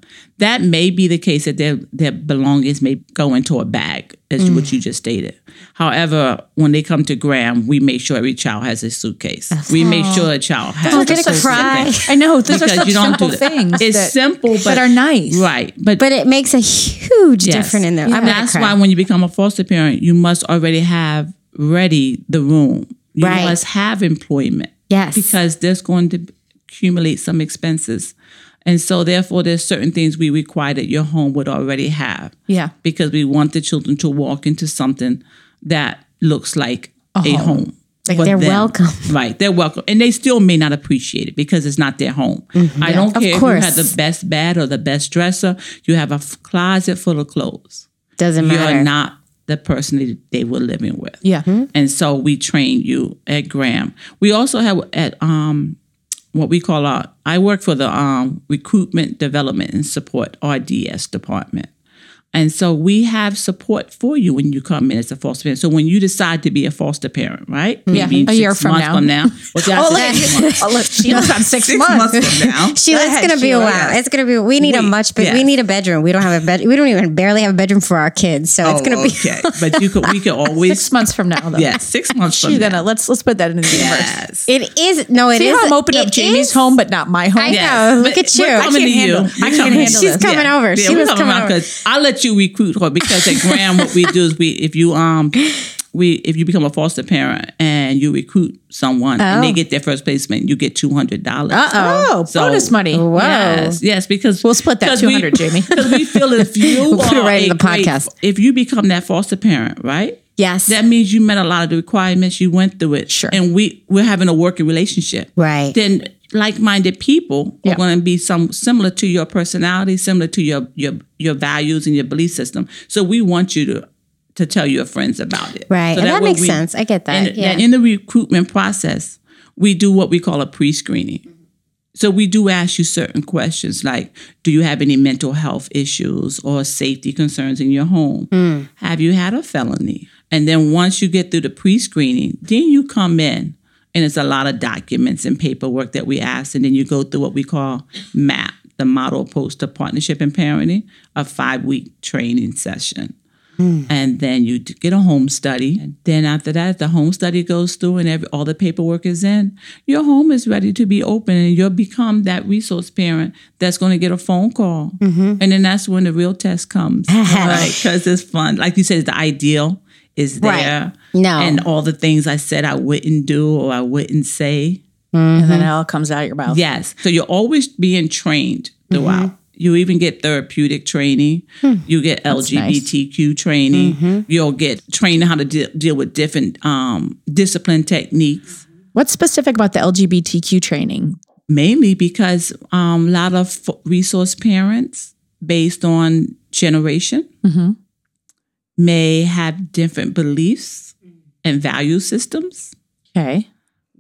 [SPEAKER 3] That may be the case that their their belongings may go into a bag, as
[SPEAKER 2] Mm.
[SPEAKER 3] what you just stated. However, when they come to Graham, we make sure every child has a suitcase. We make sure a child has.
[SPEAKER 1] I'm
[SPEAKER 3] a
[SPEAKER 1] gonna
[SPEAKER 3] suitcase.
[SPEAKER 1] cry.
[SPEAKER 2] I know those are
[SPEAKER 3] Because
[SPEAKER 2] such
[SPEAKER 3] you don't
[SPEAKER 2] simple
[SPEAKER 3] do that.
[SPEAKER 2] things.
[SPEAKER 3] It's
[SPEAKER 2] that-
[SPEAKER 3] simple, but,
[SPEAKER 2] that are nice.
[SPEAKER 3] right? But,
[SPEAKER 1] but it makes a huge
[SPEAKER 3] yes.
[SPEAKER 1] difference in their I'm gonna
[SPEAKER 3] that's
[SPEAKER 1] cry.
[SPEAKER 3] why when you become a foster parent, you must already have ready the room. You
[SPEAKER 1] Right.
[SPEAKER 3] must have employment.
[SPEAKER 1] Yes.
[SPEAKER 3] because there's going to accumulate some expenses, and so therefore there's certain things we require that your home would already have.
[SPEAKER 2] Yeah.
[SPEAKER 3] because we want the children to walk into something that looks like a home.
[SPEAKER 1] Like
[SPEAKER 3] for
[SPEAKER 1] they're
[SPEAKER 3] them.
[SPEAKER 1] welcome.
[SPEAKER 3] Right. They're welcome. And they still may not appreciate it because it's not their home.
[SPEAKER 1] Mm-hmm.
[SPEAKER 3] I don't care if you
[SPEAKER 1] course.
[SPEAKER 3] have the best bed or the best dresser. You have a f- closet full of clothes.
[SPEAKER 1] doesn't matter.
[SPEAKER 3] You're not the person that they were living with.
[SPEAKER 2] Yeah. Mm-hmm.
[SPEAKER 3] And so we train you at Graham. We also have at um what we call our I work for the um recruitment development and support RDS department. And so we have support for you when you come in as a foster parent. So when you decide to be a foster parent, right?
[SPEAKER 2] Yeah. A year from
[SPEAKER 3] months
[SPEAKER 2] now.
[SPEAKER 3] from now. Well, see, I
[SPEAKER 2] Oh,
[SPEAKER 3] said
[SPEAKER 2] look,
[SPEAKER 3] six months.
[SPEAKER 2] oh, look, she lives on six,
[SPEAKER 3] Six
[SPEAKER 2] months.
[SPEAKER 3] months from now.
[SPEAKER 1] Sheila,
[SPEAKER 2] Go ahead,
[SPEAKER 1] it's gonna be a
[SPEAKER 2] Sheila,
[SPEAKER 1] while.
[SPEAKER 2] yes.
[SPEAKER 1] It's gonna be. We need a
[SPEAKER 3] Wait,
[SPEAKER 1] much. Be- We
[SPEAKER 3] yes.
[SPEAKER 1] need a bedroom. We don't have a bed. We don't even barely have a bedroom for our kids. So it's gonna be.
[SPEAKER 3] Oh, okay. But you could we could always
[SPEAKER 2] Six months from now, though.
[SPEAKER 3] yeah, six months from
[SPEAKER 2] She's
[SPEAKER 3] now.
[SPEAKER 2] gonna let's let's put that in the universe.
[SPEAKER 3] Yes.
[SPEAKER 1] It is no. It
[SPEAKER 2] See
[SPEAKER 1] is-
[SPEAKER 2] how I'm opening up
[SPEAKER 1] it
[SPEAKER 2] Jamie's
[SPEAKER 1] is-
[SPEAKER 2] home, but not my home.
[SPEAKER 1] I know. Look
[SPEAKER 3] But
[SPEAKER 1] at you.
[SPEAKER 3] We're coming
[SPEAKER 2] can't
[SPEAKER 3] to you.
[SPEAKER 2] handle- I
[SPEAKER 3] We're
[SPEAKER 2] can't
[SPEAKER 3] coming-
[SPEAKER 2] handle
[SPEAKER 1] She's this. coming over. She
[SPEAKER 3] we're
[SPEAKER 1] was coming
[SPEAKER 3] around
[SPEAKER 1] over.
[SPEAKER 3] 'cause I'll let you recruit her because at Graham, what we do is we if you um we if you become a foster parent and you recruit someone and
[SPEAKER 1] Oh.
[SPEAKER 3] they get their first placement, you get two hundred dollars.
[SPEAKER 2] Oh, bonus money.
[SPEAKER 1] Whoa.
[SPEAKER 3] Yes, yes, because
[SPEAKER 2] We'll split that 200, Jamie.
[SPEAKER 3] Because we feel if you
[SPEAKER 1] We'll put it
[SPEAKER 3] are
[SPEAKER 1] right in
[SPEAKER 3] a
[SPEAKER 1] the
[SPEAKER 3] great-
[SPEAKER 1] podcast.
[SPEAKER 3] if you become that foster parent, right?
[SPEAKER 1] Yes.
[SPEAKER 3] That means you met a lot of the requirements. You went through it.
[SPEAKER 2] Sure.
[SPEAKER 3] And we we're having a working relationship.
[SPEAKER 1] Right.
[SPEAKER 3] Then like-minded people
[SPEAKER 2] Yeah.
[SPEAKER 3] are going to be some similar to your personality, similar to your your your values and your belief system. So we want you to to tell your friends about it.
[SPEAKER 1] Right.
[SPEAKER 3] So
[SPEAKER 1] and that
[SPEAKER 3] way
[SPEAKER 1] makes
[SPEAKER 3] we-
[SPEAKER 1] sense. I get that.
[SPEAKER 3] and
[SPEAKER 1] yeah.
[SPEAKER 3] in the recruitment process, we do what we call a pre-screening. So we do ask you certain questions like do you have any mental health issues or safety concerns in your home?
[SPEAKER 1] Hmm.
[SPEAKER 3] Have you had a felony? And then once you get through the pre-screening, then you come in and it's a lot of documents and paperwork that we ask and then you go through what we call MAP, the model post to partnership and parenting, a 5-week training session.
[SPEAKER 1] Mm.
[SPEAKER 3] And then you d- get a home study. And then after that, if the home study goes through and every, all the paperwork is in, your home is ready to be open and you'll become that resource parent that's going to get a phone call.
[SPEAKER 1] Mm-hmm.
[SPEAKER 3] And then that's when the real test comes. Because it's fun. Like you said, the ideal is
[SPEAKER 1] Right.
[SPEAKER 3] there.
[SPEAKER 1] No.
[SPEAKER 3] And all the things I said I wouldn't do or I wouldn't say.
[SPEAKER 2] And then it all comes out of your mouth.
[SPEAKER 3] Yes. So you're always being trained throughout. You even get therapeutic training. You get LGBTQ training. You'll get training how to de- deal with different um, discipline techniques,
[SPEAKER 2] What's specific about the LGBTQ training?
[SPEAKER 3] mainly because um, a lot of f- resource parents, based on generation, may have different beliefs and value systems.
[SPEAKER 2] Okay.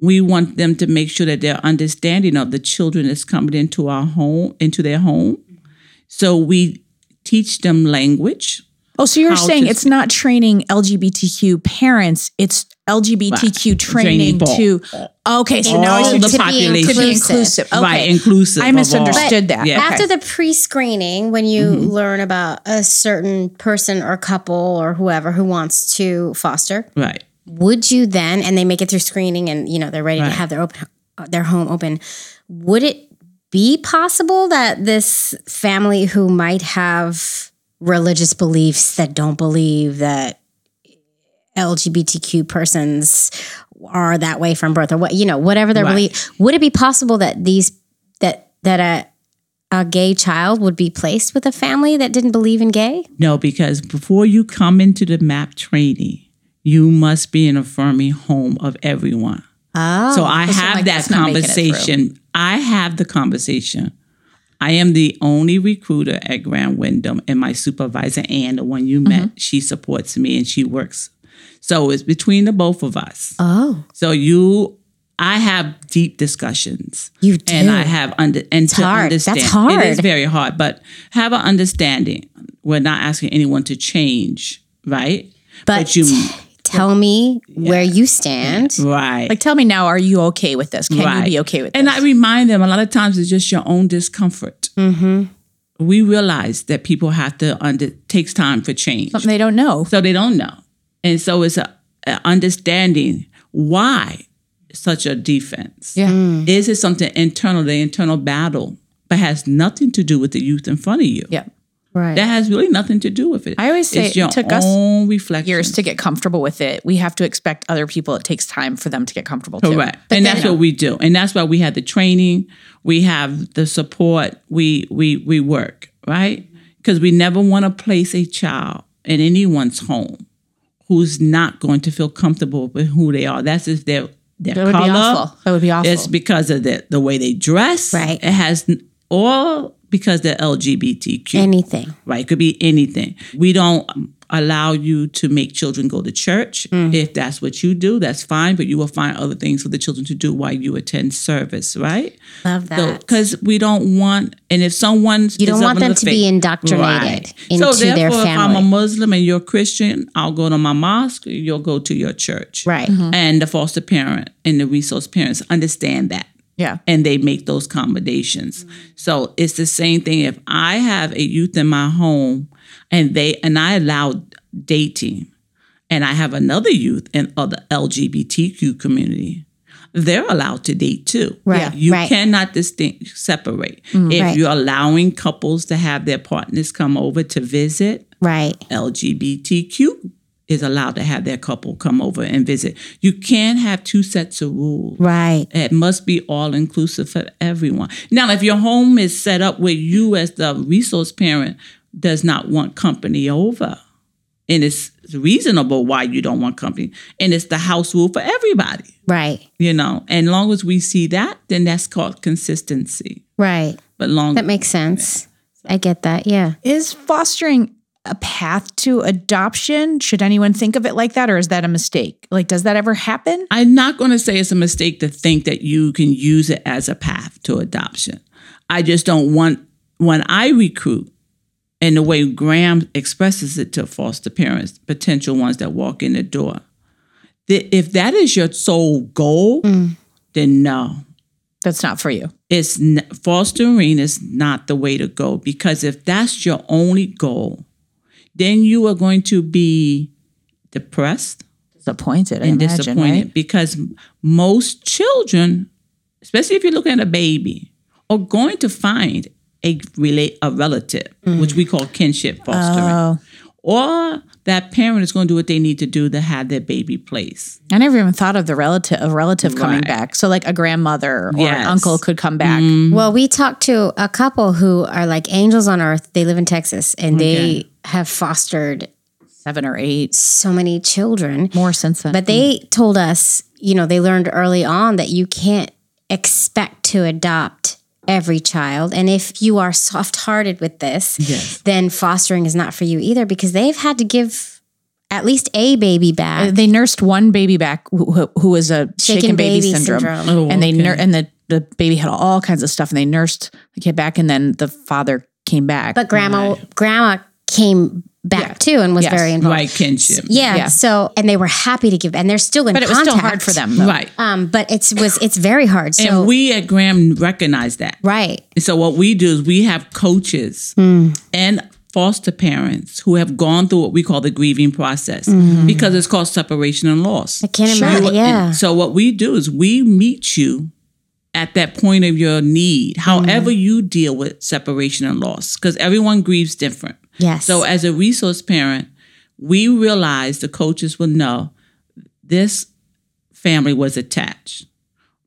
[SPEAKER 3] we want them to make sure that they're understanding of the children that's coming into our home into their home so we teach them language
[SPEAKER 2] Oh, so you're
[SPEAKER 3] How
[SPEAKER 2] saying
[SPEAKER 3] to-
[SPEAKER 2] it's not training LGBTQ parents, it's LGBTQ training
[SPEAKER 3] Training Oh, ball.
[SPEAKER 2] to. Okay, so now
[SPEAKER 3] All
[SPEAKER 2] it's
[SPEAKER 3] the
[SPEAKER 2] to be-
[SPEAKER 3] population.
[SPEAKER 2] to be inclusive. Okay.
[SPEAKER 3] right inclusive
[SPEAKER 2] I
[SPEAKER 3] of all.
[SPEAKER 2] misunderstood that.
[SPEAKER 3] Yeah. Mm-hmm.
[SPEAKER 1] After the pre-screening, when you learn about a certain person or couple or whoever who wants to foster,
[SPEAKER 3] right
[SPEAKER 1] would you then and they make it through screening and you know they're ready to have their open their home open would it be possible that this family who might have religious beliefs that don't believe that lgbtq persons are that way from birth or what you know whatever their
[SPEAKER 3] Right.
[SPEAKER 1] belief would it be possible that these that that a a gay child would be placed with a family that didn't believe in gay
[SPEAKER 3] no because before you come into the map training you must be an affirming home of everyone
[SPEAKER 1] oh
[SPEAKER 3] so i have
[SPEAKER 2] like
[SPEAKER 3] that
[SPEAKER 2] that's not making it through.
[SPEAKER 3] conversation i have the conversation I am the only recruiter at Grand Wyndham, and my supervisor, Ann, the one you met,
[SPEAKER 2] Mm-hmm.
[SPEAKER 3] she supports me and she works. So it's between the both of us.
[SPEAKER 1] oh
[SPEAKER 3] So you, I have deep discussions.
[SPEAKER 1] You do.
[SPEAKER 3] and I have under and to
[SPEAKER 1] hard. That's
[SPEAKER 3] understand.
[SPEAKER 1] hard.
[SPEAKER 3] It is very hard, but have an understanding. We're not asking anyone to change, right?
[SPEAKER 1] but,
[SPEAKER 3] But you, Mm-hmm.
[SPEAKER 1] tell me where you stand
[SPEAKER 3] right?
[SPEAKER 2] Like, tell me now, are you okay with this? Can you be okay with
[SPEAKER 3] And
[SPEAKER 2] this?
[SPEAKER 3] I remind them a lot of times it's just your own discomfort.
[SPEAKER 1] Mm-hmm.
[SPEAKER 3] We realize that people have to under takes time for change,
[SPEAKER 2] Something they don't know.
[SPEAKER 3] so they don't know, and so it's a, a understanding why such a defense.
[SPEAKER 2] Yeah.
[SPEAKER 3] Is it something internal, the internal battle, but has nothing to do with the youth in front of you?
[SPEAKER 2] Yeah.
[SPEAKER 1] right
[SPEAKER 3] That has really nothing to do with it.
[SPEAKER 2] I always say
[SPEAKER 3] it's your
[SPEAKER 2] it took us
[SPEAKER 3] own reflection.
[SPEAKER 2] Years to get comfortable with it. We have to expect other people. It takes time for them to get comfortable too.
[SPEAKER 3] Correct. and that's what we do. And that's why we have the training, we have the support, we we we work, right? Because we never want to place a child in anyone's home who's not going to feel comfortable with who they are. That's if their their
[SPEAKER 2] That would
[SPEAKER 3] color.
[SPEAKER 2] be awful. That would be awful.
[SPEAKER 3] It's because of the the way they dress.
[SPEAKER 1] Right.
[SPEAKER 3] It has n- all because they're LGBTQ
[SPEAKER 1] anything
[SPEAKER 3] right? It could be anything. We don't um, allow you to make children go to church.
[SPEAKER 1] Mm.
[SPEAKER 3] If that's what you do, that's fine, but you will find other things for the children to do while you attend service, right?
[SPEAKER 1] Love that.
[SPEAKER 3] Because we don't want, and if someone
[SPEAKER 1] You don't want them to be indoctrinated into
[SPEAKER 3] so
[SPEAKER 1] their
[SPEAKER 3] therefore, If I'm a
[SPEAKER 1] family.
[SPEAKER 3] Muslim and you're Christian, I'll go to my mosque. You'll go to your church,
[SPEAKER 1] Right.
[SPEAKER 3] And the foster parent and the resource parents understand that
[SPEAKER 2] Yeah.
[SPEAKER 3] and they make those accommodations. So it's the same thing. If I have a youth in my home and they and I allow dating, and I have another youth in other LGBTQ community, they're allowed to date too.
[SPEAKER 1] Right,
[SPEAKER 3] You
[SPEAKER 1] right. Mm,
[SPEAKER 3] cannot distinct separate. if
[SPEAKER 1] Right.
[SPEAKER 3] you're allowing couples to have their partners come over to visit,
[SPEAKER 1] Right.
[SPEAKER 3] LGBTQ is allowed to have their couple come over and visit. You can't have two sets of rules.
[SPEAKER 1] Right.
[SPEAKER 3] It must be all inclusive for everyone. Now, if your home is set up where you, as the resource parent, does not want company over, and it's reasonable why you don't want company, and it's the house rule for everybody,
[SPEAKER 1] Right.
[SPEAKER 3] you know. And long as we see that, then that's called consistency.
[SPEAKER 1] Right.
[SPEAKER 3] But long,
[SPEAKER 1] That makes sense. I get that. Yeah.
[SPEAKER 2] Is fostering a path to adoption? Should anyone think of it like that, or is that a mistake? Like, does that ever happen?
[SPEAKER 3] I'm not going to say it's a mistake to think that you can use it as a path to adoption. I just don't want when I recruit and the way Graham expresses it to foster parents, potential ones that walk in the door. that If that is your sole goal, then no,
[SPEAKER 2] That's not for you.
[SPEAKER 3] it's n- fostering is not the way to go because if that's your only goal, then you are going to be depressed
[SPEAKER 2] Disappointed. I
[SPEAKER 3] and
[SPEAKER 2] imagine,
[SPEAKER 3] disappointed
[SPEAKER 2] right?
[SPEAKER 3] because most children, especially if you're looking at a baby, are going to find a relate a relative, which we call kinship fostering, or that parent is going to do what they need to do to have their baby placed.
[SPEAKER 2] I never even thought of the relative, a relative coming
[SPEAKER 3] Right.
[SPEAKER 2] back. So, like a grandmother or an
[SPEAKER 3] Yes. Mm-hmm.
[SPEAKER 2] uncle could come back.
[SPEAKER 1] Well, we talked to a couple who are like angels on earth. They live in Texas and they have fostered
[SPEAKER 2] Seven or eight
[SPEAKER 1] so many children.
[SPEAKER 2] more since then.
[SPEAKER 1] But they told us, you know, they learned early on that you can't expect to adopt every child. And if you are soft hearted with this, then fostering is not for you either because they've had to give at least a baby back.
[SPEAKER 2] they nursed one baby back who, who- who was a shaken, baby,
[SPEAKER 1] baby
[SPEAKER 2] syndrome,
[SPEAKER 1] syndrome.
[SPEAKER 3] Oh,
[SPEAKER 2] and they nur- and the the baby had all kinds of stuff, and they nursed the kid back, and then the father came back.
[SPEAKER 1] but grandma grandma came back too and was
[SPEAKER 2] Yes.
[SPEAKER 1] very involved.
[SPEAKER 3] Right kinship.
[SPEAKER 1] Yeah,
[SPEAKER 2] Yeah.
[SPEAKER 1] So and they were happy to give and they're still in
[SPEAKER 2] but it was still hard for them, though.
[SPEAKER 3] Right.
[SPEAKER 1] Um, but it's was it's very hard. So
[SPEAKER 3] and we at Graham recognize that.
[SPEAKER 1] right.
[SPEAKER 3] And so what we do is we have coaches and foster parents who have gone through what we call the grieving process because it's called separation and loss. I
[SPEAKER 1] can't Sure. imagine, yeah.
[SPEAKER 3] so what we do is we meet you at that point of your need, however you deal with separation and loss, because everyone grieves different.
[SPEAKER 1] Yes.
[SPEAKER 3] So as a resource parent, we realize the coaches will know this family was attached.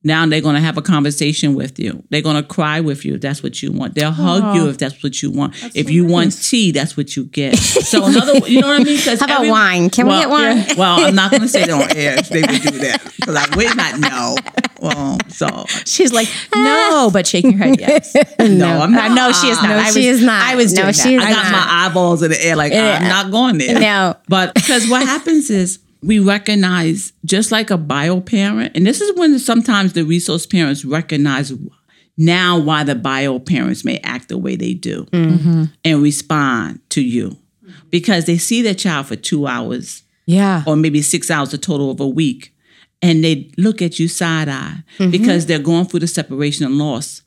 [SPEAKER 3] Now they're going to have a conversation with you. They're going to cry with you if that's what you want. They'll hug you if that's what you want. if you want tea, that's what you get. So another, you know what I mean? How
[SPEAKER 1] about wine? Can we get wine?
[SPEAKER 3] Well, I'm not going to say that on air if they would do that because I would not know. Well, so
[SPEAKER 2] She's like, no, but shaking her head, yes.
[SPEAKER 3] no, I'm
[SPEAKER 2] I
[SPEAKER 3] not.
[SPEAKER 2] know she is not.
[SPEAKER 1] No,
[SPEAKER 2] I was,
[SPEAKER 1] she is not.
[SPEAKER 2] I was
[SPEAKER 1] No,
[SPEAKER 2] doing
[SPEAKER 1] she is
[SPEAKER 2] that.
[SPEAKER 3] I
[SPEAKER 1] not.
[SPEAKER 3] got my eyeballs in the air, like I'm not going there.
[SPEAKER 1] No.
[SPEAKER 3] but because what happens is we recognize, just like a bio parent, and this is when sometimes the resource parents recognize now why the bio parents may act the way they do and respond to you because they see their child for two hours
[SPEAKER 2] yeah.
[SPEAKER 1] Oh.
[SPEAKER 3] or maybe six hours a total of a week, and they look at you side eye because they're going through the separation and loss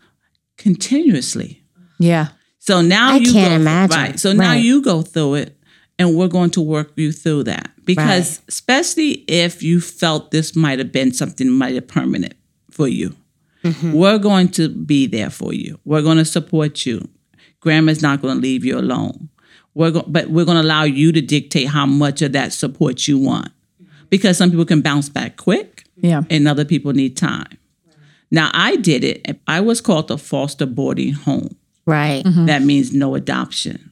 [SPEAKER 3] continuously.
[SPEAKER 2] Yeah.
[SPEAKER 3] So now
[SPEAKER 1] I
[SPEAKER 3] you
[SPEAKER 1] can't
[SPEAKER 3] go,
[SPEAKER 1] imagine.
[SPEAKER 3] Right. So now
[SPEAKER 1] Right.
[SPEAKER 3] you go through it, and we're going to work you through that because, especially if you felt this might have been something might have permanent for you,
[SPEAKER 1] Mm-hmm.
[SPEAKER 3] we're going to be there for you. We're going to support you. Grandma's not going to leave you alone. We're go- but we're going to allow you to dictate how much of that support you want because some people can bounce back quick
[SPEAKER 2] Yeah.
[SPEAKER 3] and other people need time. Now I did it. I was called a foster boarding home.
[SPEAKER 1] Right.
[SPEAKER 3] That means no adoption.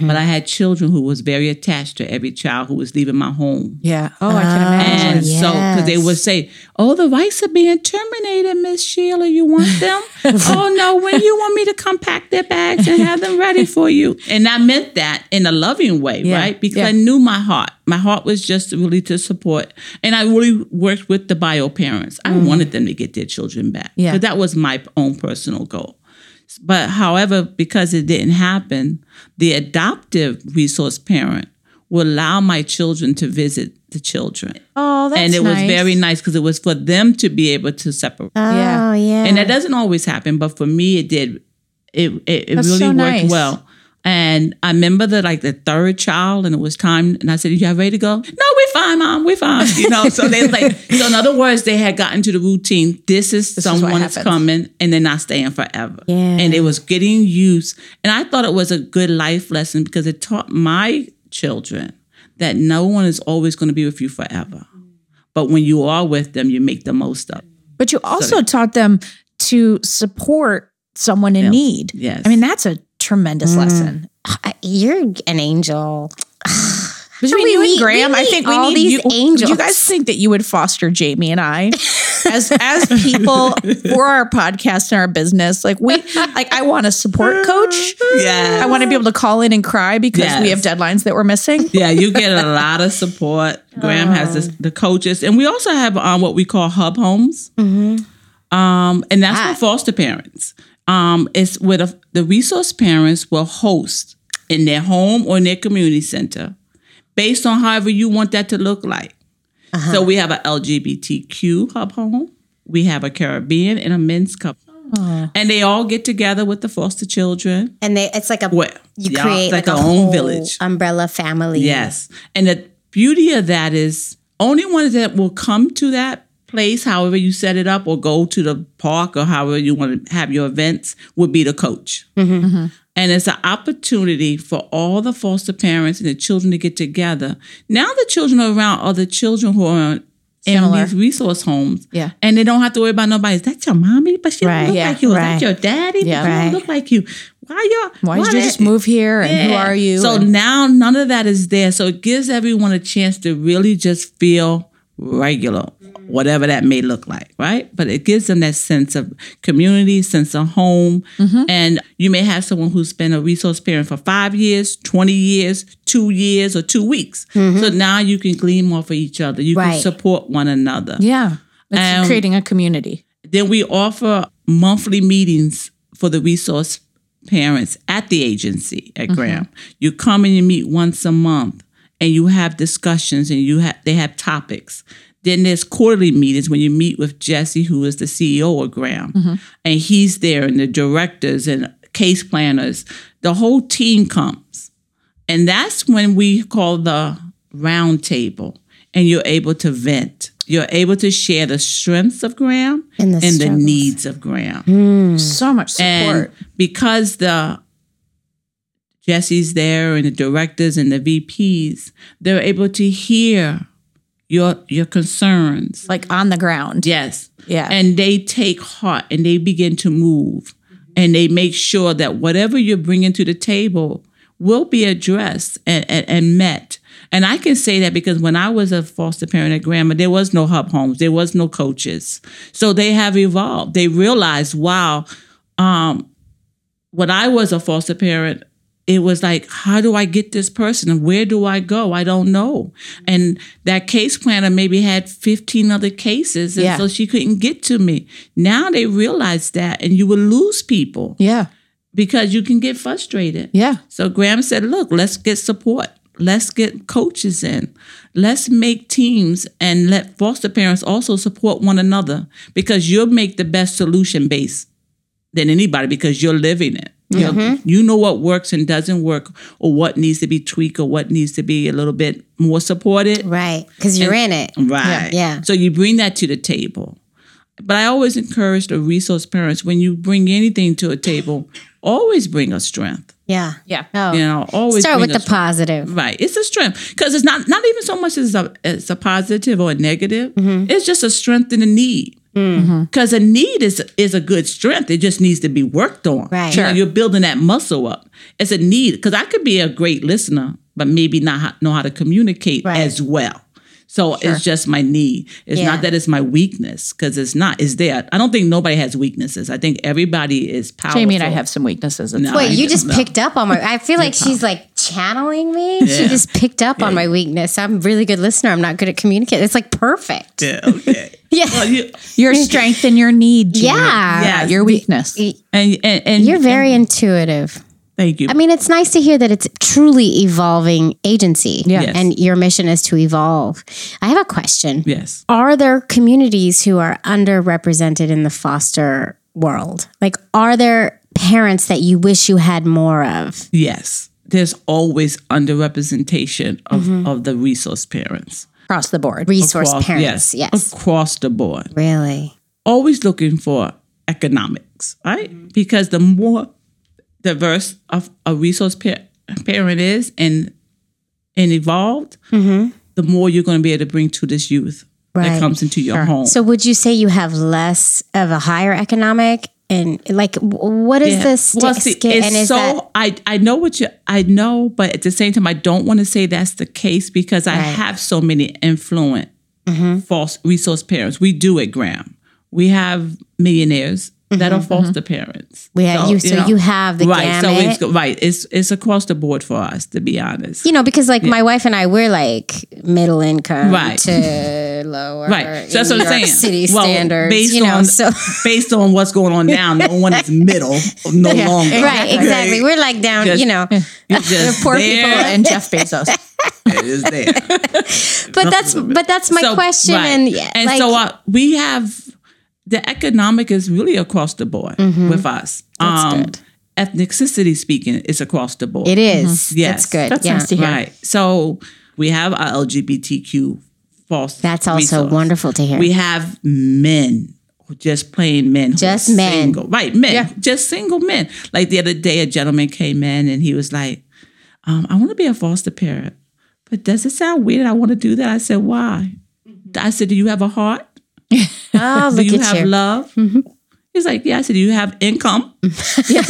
[SPEAKER 3] But I had children who was very attached to every child who was leaving my home.
[SPEAKER 2] Yeah. Oh, I can
[SPEAKER 1] Ah.
[SPEAKER 2] imagine.
[SPEAKER 3] And so, because they
[SPEAKER 1] yes.
[SPEAKER 3] would say, "Oh, the rights are being terminated, Miss Sheila. You want them? oh no, when you want me to come pack their bags and have them ready for you?" And I meant that in a loving way, right? Because
[SPEAKER 2] yeah.
[SPEAKER 3] I knew my heart. My heart was just really to support, and I really worked with the bio parents. I wanted them to get their children back.
[SPEAKER 2] Mm. Yeah.
[SPEAKER 3] 'Cause that was my own personal goal. But however, because it didn't happen, the adoptive resource parent would allow my children to visit the children.
[SPEAKER 2] Oh, that's
[SPEAKER 3] and it
[SPEAKER 2] nice.
[SPEAKER 3] was very nice because it was for them to be able to separate.
[SPEAKER 2] Yeah.
[SPEAKER 1] Oh yeah.
[SPEAKER 3] and that
[SPEAKER 2] Uh-huh.
[SPEAKER 3] doesn't always happen, but for me, it did. It it, it
[SPEAKER 2] That's
[SPEAKER 3] really
[SPEAKER 2] so
[SPEAKER 3] worked
[SPEAKER 2] nice.
[SPEAKER 3] well. And I remember that like the third child, and it was time, and I said, "You all ready to go?" No, we're fine, mom. We're fine. You know. so they was like. So in other words, they had gotten to the routine. This is
[SPEAKER 2] what
[SPEAKER 3] someone's
[SPEAKER 2] happens.
[SPEAKER 3] coming, and they're not staying forever.
[SPEAKER 1] Yeah.
[SPEAKER 3] And it was getting used. And I thought it was a good life lesson because it taught my children that no one is always going to be with you forever. But when you are with them, you make the most of. it.
[SPEAKER 2] But you also taught them to support someone in need.
[SPEAKER 3] Yes.
[SPEAKER 2] I mean, that's a tremendous
[SPEAKER 1] Mm.
[SPEAKER 2] lesson.
[SPEAKER 1] I- you're an angel.
[SPEAKER 2] Between
[SPEAKER 1] we
[SPEAKER 2] you and
[SPEAKER 1] meet- we
[SPEAKER 2] Graham, I
[SPEAKER 1] meet
[SPEAKER 2] think we
[SPEAKER 1] all
[SPEAKER 2] need
[SPEAKER 1] these
[SPEAKER 2] you,
[SPEAKER 1] angels.
[SPEAKER 2] You guys think that you would foster Jamie and I? as as people for our podcast and our business, like we like I want a support coach.
[SPEAKER 3] Yes.
[SPEAKER 2] I want to be able to call in and cry because we have
[SPEAKER 3] Yes.
[SPEAKER 2] deadlines that we're missing.
[SPEAKER 3] yeah, you get a lot of support. Graham has this, the coaches, and we also have um, what we call hub homes, um, and that's for foster parents. Um, it's where the, the resource parents will host in their home or in their community center, based on however you want that to look like. So we have a LGBTQ hub home, we have a Caribbean and a men's cup, and they all get together with the foster children.
[SPEAKER 1] and they it's like a
[SPEAKER 3] Well,
[SPEAKER 1] you
[SPEAKER 3] yeah,
[SPEAKER 1] create like,
[SPEAKER 3] like
[SPEAKER 1] a
[SPEAKER 3] our own
[SPEAKER 1] whole
[SPEAKER 3] village.
[SPEAKER 1] umbrella family.
[SPEAKER 3] Yes. And the beauty of that is only one that will come to that place, however you set it up, or go to the park or however you want to have your events, would be the coach.
[SPEAKER 2] Mm-hmm.
[SPEAKER 3] And it's an opportunity for all the foster parents and the children to get together. Now the children are around other children who are in
[SPEAKER 2] Similar.
[SPEAKER 3] these resource homes.
[SPEAKER 2] Yeah.
[SPEAKER 3] And they don't have to worry about nobody. Is that your mommy? But she
[SPEAKER 1] Right.
[SPEAKER 3] don't look
[SPEAKER 2] Yeah,
[SPEAKER 3] like you. Is
[SPEAKER 1] right.
[SPEAKER 3] that your daddy? But
[SPEAKER 2] Yeah.
[SPEAKER 3] she
[SPEAKER 1] Right.
[SPEAKER 3] don't look like you. Why y'all?
[SPEAKER 2] Why did you
[SPEAKER 3] that-
[SPEAKER 2] just move here? And who
[SPEAKER 3] yeah.
[SPEAKER 2] are you?
[SPEAKER 3] So
[SPEAKER 2] And-
[SPEAKER 3] now none of that is there. So it gives everyone a chance to really just feel regular, whatever that may look like, right? But it gives them that sense of community, sense of home.
[SPEAKER 2] Mm-hmm.
[SPEAKER 3] And you may have someone who's been a resource parent for five years, 20 years, two years, or two weeks.
[SPEAKER 2] Mm-hmm.
[SPEAKER 3] So now you can glean more for each other. You
[SPEAKER 1] Right.
[SPEAKER 3] can support one another.
[SPEAKER 2] yeah, it's
[SPEAKER 3] Um,
[SPEAKER 2] creating a community.
[SPEAKER 3] Then we offer monthly meetings for the resource parents at the agency at Graham. You come and you meet once a month and you have discussions and you have they have topics. Then there's quarterly meetings when you meet with Jesse, who is the CEO of Graham, and he's there and the directors and case planners. The whole team comes. And that's when we call the round table and you're able to vent. You're able to share the strengths of Graham
[SPEAKER 1] And the struggles. Mm.
[SPEAKER 3] needs of Graham.
[SPEAKER 2] So much support.
[SPEAKER 3] And because the Jesse's there and the directors and the VPs, they're able to hear your your concerns.
[SPEAKER 2] like on the ground.
[SPEAKER 3] Yes.
[SPEAKER 2] Yeah.
[SPEAKER 3] And they take heart and they begin to move and they make sure that whatever you're bringing to the table will be addressed and, and, and met. And I can say that because when I was a foster parent at Grandma, there was no hub homes, there was no coaches. So they have evolved. They realized, wow, um, when I was a foster parent, it was like, how do I get this person and where do I go? I don't know. And that case planner maybe had 15 other cases. And
[SPEAKER 2] Yeah.
[SPEAKER 3] so she couldn't get to me. Now they realize that and you will lose people
[SPEAKER 2] Yeah.
[SPEAKER 3] because you can get frustrated.
[SPEAKER 2] Yeah.
[SPEAKER 3] So Graham said, look, let's get support. Let's get coaches in. Let's make teams and let foster parents also support one another because you'll make the best solution based than anybody because you're living it. You, know,
[SPEAKER 1] Mm-hmm.
[SPEAKER 3] you know what works and doesn't work or what needs to be tweaked or what needs to be a little bit more supported.
[SPEAKER 1] Right. Because you're in it.
[SPEAKER 3] Right.
[SPEAKER 1] Yeah.
[SPEAKER 3] So you bring that to the table. But I always encourage the resource parents when you bring anything to a table, always bring a strength.
[SPEAKER 1] Yeah.
[SPEAKER 2] Yeah.
[SPEAKER 1] Oh.
[SPEAKER 3] You know, always
[SPEAKER 1] Start
[SPEAKER 3] bring
[SPEAKER 1] with
[SPEAKER 3] a
[SPEAKER 1] the
[SPEAKER 3] strength.
[SPEAKER 1] positive.
[SPEAKER 3] Right. It's a strength because it's not not even so much as a as a positive or a negative.
[SPEAKER 1] Mm-hmm.
[SPEAKER 3] It's just a strength and a need.
[SPEAKER 2] Mm-hmm.
[SPEAKER 3] Because a need is is a good strength. It just needs to be worked on.
[SPEAKER 1] Right.
[SPEAKER 3] You know,
[SPEAKER 2] Sure.
[SPEAKER 3] you're building that muscle up. It's a need because I could be a great listener, but maybe not ho- know how to communicate
[SPEAKER 1] Right.
[SPEAKER 3] as well. So it's just my need. It's
[SPEAKER 1] Yeah.
[SPEAKER 3] not that it's my weakness because it's not. It's there. I don't think nobody has weaknesses. I think everybody is powerful.
[SPEAKER 2] Jamie and I have some weaknesses. It's
[SPEAKER 3] No.
[SPEAKER 1] Wait,
[SPEAKER 3] I
[SPEAKER 1] you
[SPEAKER 3] don't
[SPEAKER 1] just
[SPEAKER 3] know.
[SPEAKER 1] picked up on my. I feel like she's like channeling me. She
[SPEAKER 3] Yeah.
[SPEAKER 1] just picked up on my weakness. I'm a really good listener. I'm not good at communicating. It's like perfect.
[SPEAKER 3] Yeah. Okay.
[SPEAKER 1] Yeah.
[SPEAKER 3] Well, you,
[SPEAKER 2] your strength and your need. Jamie.
[SPEAKER 1] Yeah.
[SPEAKER 2] Yeah. Your weakness.
[SPEAKER 3] and, and and
[SPEAKER 1] You're very intuitive.
[SPEAKER 3] thank you.
[SPEAKER 1] I mean, it's nice to hear that it's truly evolving agency.
[SPEAKER 2] Yes.
[SPEAKER 1] And your mission is to evolve. I have a question.
[SPEAKER 3] yes.
[SPEAKER 1] Are there communities who are underrepresented in the foster world? Like, are there parents that you wish you had more of?
[SPEAKER 3] Yes, there's always underrepresentation of,
[SPEAKER 1] Mm-hmm.
[SPEAKER 3] of the resource parents.
[SPEAKER 2] Across the board.
[SPEAKER 1] Resource
[SPEAKER 3] Across-
[SPEAKER 1] parents. Yes.
[SPEAKER 3] Across the board.
[SPEAKER 1] Really?
[SPEAKER 3] Always looking for economics, right?
[SPEAKER 1] Mm-hmm.
[SPEAKER 3] Because the more diverse of a resource par- parent is and and evolved, the more you're going to be able to bring to this youth
[SPEAKER 1] Mm-hmm. Right.
[SPEAKER 3] that comes into your home.
[SPEAKER 1] So, would you say you have less of a higher economic? And like, w- what is
[SPEAKER 3] Yeah.
[SPEAKER 1] this? Sti-
[SPEAKER 3] Well, see,
[SPEAKER 1] ski-
[SPEAKER 3] it's
[SPEAKER 1] and is
[SPEAKER 3] so
[SPEAKER 1] that
[SPEAKER 3] I I know what you I know, but at the same time, I don't want to say that's the case because I have so many influent
[SPEAKER 1] Mm-hmm.
[SPEAKER 3] false resource parents. We do it, Graham. We have millionaires that are foster parents. Oh,
[SPEAKER 1] We have- Mm-hmm, you- so you have the
[SPEAKER 3] right. So
[SPEAKER 1] gamut.
[SPEAKER 3] it's go- right. It's it's across the board for us, to be honest.
[SPEAKER 1] You know, because like my wife and I, we're like middle income
[SPEAKER 3] Right.
[SPEAKER 1] to lower
[SPEAKER 3] Right. So that's
[SPEAKER 1] New
[SPEAKER 3] what I'm
[SPEAKER 1] York
[SPEAKER 3] saying.
[SPEAKER 1] City
[SPEAKER 3] Well,
[SPEAKER 1] standards.
[SPEAKER 3] based
[SPEAKER 1] you know,
[SPEAKER 3] on
[SPEAKER 1] so
[SPEAKER 3] based on what's going on now, no one is middle no longer.
[SPEAKER 1] right, exactly. We're like down.
[SPEAKER 3] Just-
[SPEAKER 1] you know,
[SPEAKER 3] You're just
[SPEAKER 2] Poor
[SPEAKER 3] there.
[SPEAKER 2] people and Jeff Bezos.
[SPEAKER 3] It is there.
[SPEAKER 1] but that's but that's my question.
[SPEAKER 3] right.
[SPEAKER 1] And yeah, like,
[SPEAKER 3] so uh, we have the economic is really across the board
[SPEAKER 1] Mm-hmm.
[SPEAKER 3] with us. um, Ethnicity speaking, it's across the board.
[SPEAKER 1] it is.
[SPEAKER 3] Mm-hmm. Yes.
[SPEAKER 1] That's good.
[SPEAKER 2] That's
[SPEAKER 1] yeah.
[SPEAKER 2] nice to hear.
[SPEAKER 3] right. So we have our LGBTQ false.
[SPEAKER 1] That's also
[SPEAKER 3] resource.
[SPEAKER 1] wonderful to hear.
[SPEAKER 3] We have men, just plain men, who are
[SPEAKER 1] Just men.
[SPEAKER 3] single. right? Men,
[SPEAKER 2] Yeah.
[SPEAKER 3] just single men. Like the other day, a gentleman came in and he was like, um, "I want to be a foster parent, but does it sound weird? that I want to do that." I said, "Why?" I said, "Do you have a heart?
[SPEAKER 1] oh,
[SPEAKER 3] Do
[SPEAKER 1] Mm-hmm. look
[SPEAKER 3] you
[SPEAKER 1] at
[SPEAKER 3] have
[SPEAKER 1] you. Mm-hmm.
[SPEAKER 3] love?" He's like, "Yeah." I said, "Do you have income? you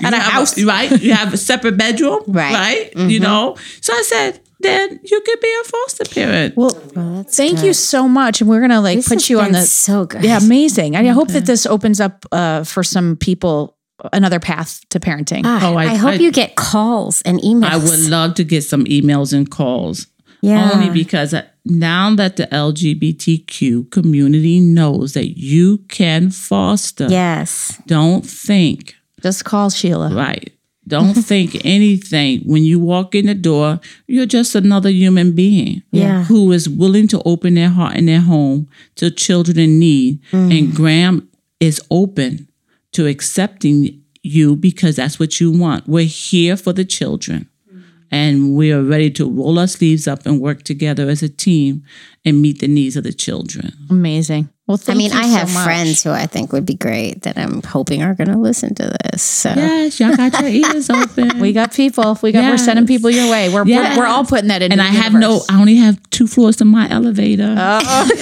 [SPEAKER 3] and a house, right? You have a separate bedroom,
[SPEAKER 1] Right. Mm-hmm.
[SPEAKER 3] You know." So I said, "Then you could be a foster parent."
[SPEAKER 2] Well,
[SPEAKER 1] Oh, that's
[SPEAKER 2] thank you so much. And we're going to like
[SPEAKER 1] This
[SPEAKER 2] put
[SPEAKER 1] has
[SPEAKER 2] you on
[SPEAKER 1] been
[SPEAKER 2] the.
[SPEAKER 1] so good.
[SPEAKER 2] yeah, amazing. And I hope that this opens up uh, for some people another path to parenting.
[SPEAKER 1] Ah,
[SPEAKER 3] Oh,
[SPEAKER 1] I,
[SPEAKER 3] I-
[SPEAKER 1] hope
[SPEAKER 3] I-
[SPEAKER 1] you get calls and emails.
[SPEAKER 3] I would love to get some emails and calls.
[SPEAKER 1] Yeah.
[SPEAKER 3] Only because now that the LGBTQ community knows that you can foster,
[SPEAKER 1] Yes.
[SPEAKER 3] don't think,
[SPEAKER 2] Just call Sheila.
[SPEAKER 3] right? Don't think anything. When you walk in the door, you're just another human being
[SPEAKER 1] Yeah.
[SPEAKER 3] who is willing to open their heart and their home to children in need. And Graham is open to accepting you because that's what you want. We're here for the children. And we are ready to roll our sleeves up and work together as a team and meet the needs of the children.
[SPEAKER 2] Amazing. Well,
[SPEAKER 1] I
[SPEAKER 2] thank
[SPEAKER 1] mean,
[SPEAKER 2] you
[SPEAKER 1] I
[SPEAKER 2] so
[SPEAKER 1] have
[SPEAKER 2] much.
[SPEAKER 1] friends who I think would be great that I'm hoping are going to listen to this. So
[SPEAKER 3] Yes, y'all got your ears open.
[SPEAKER 2] We got people. We got. We're
[SPEAKER 3] Yes.
[SPEAKER 2] sending people your way. We're
[SPEAKER 3] Yes.
[SPEAKER 2] we're, we're all putting that in.
[SPEAKER 3] and
[SPEAKER 2] the
[SPEAKER 3] I have no,
[SPEAKER 2] universe.
[SPEAKER 3] I only have two floors to my elevator.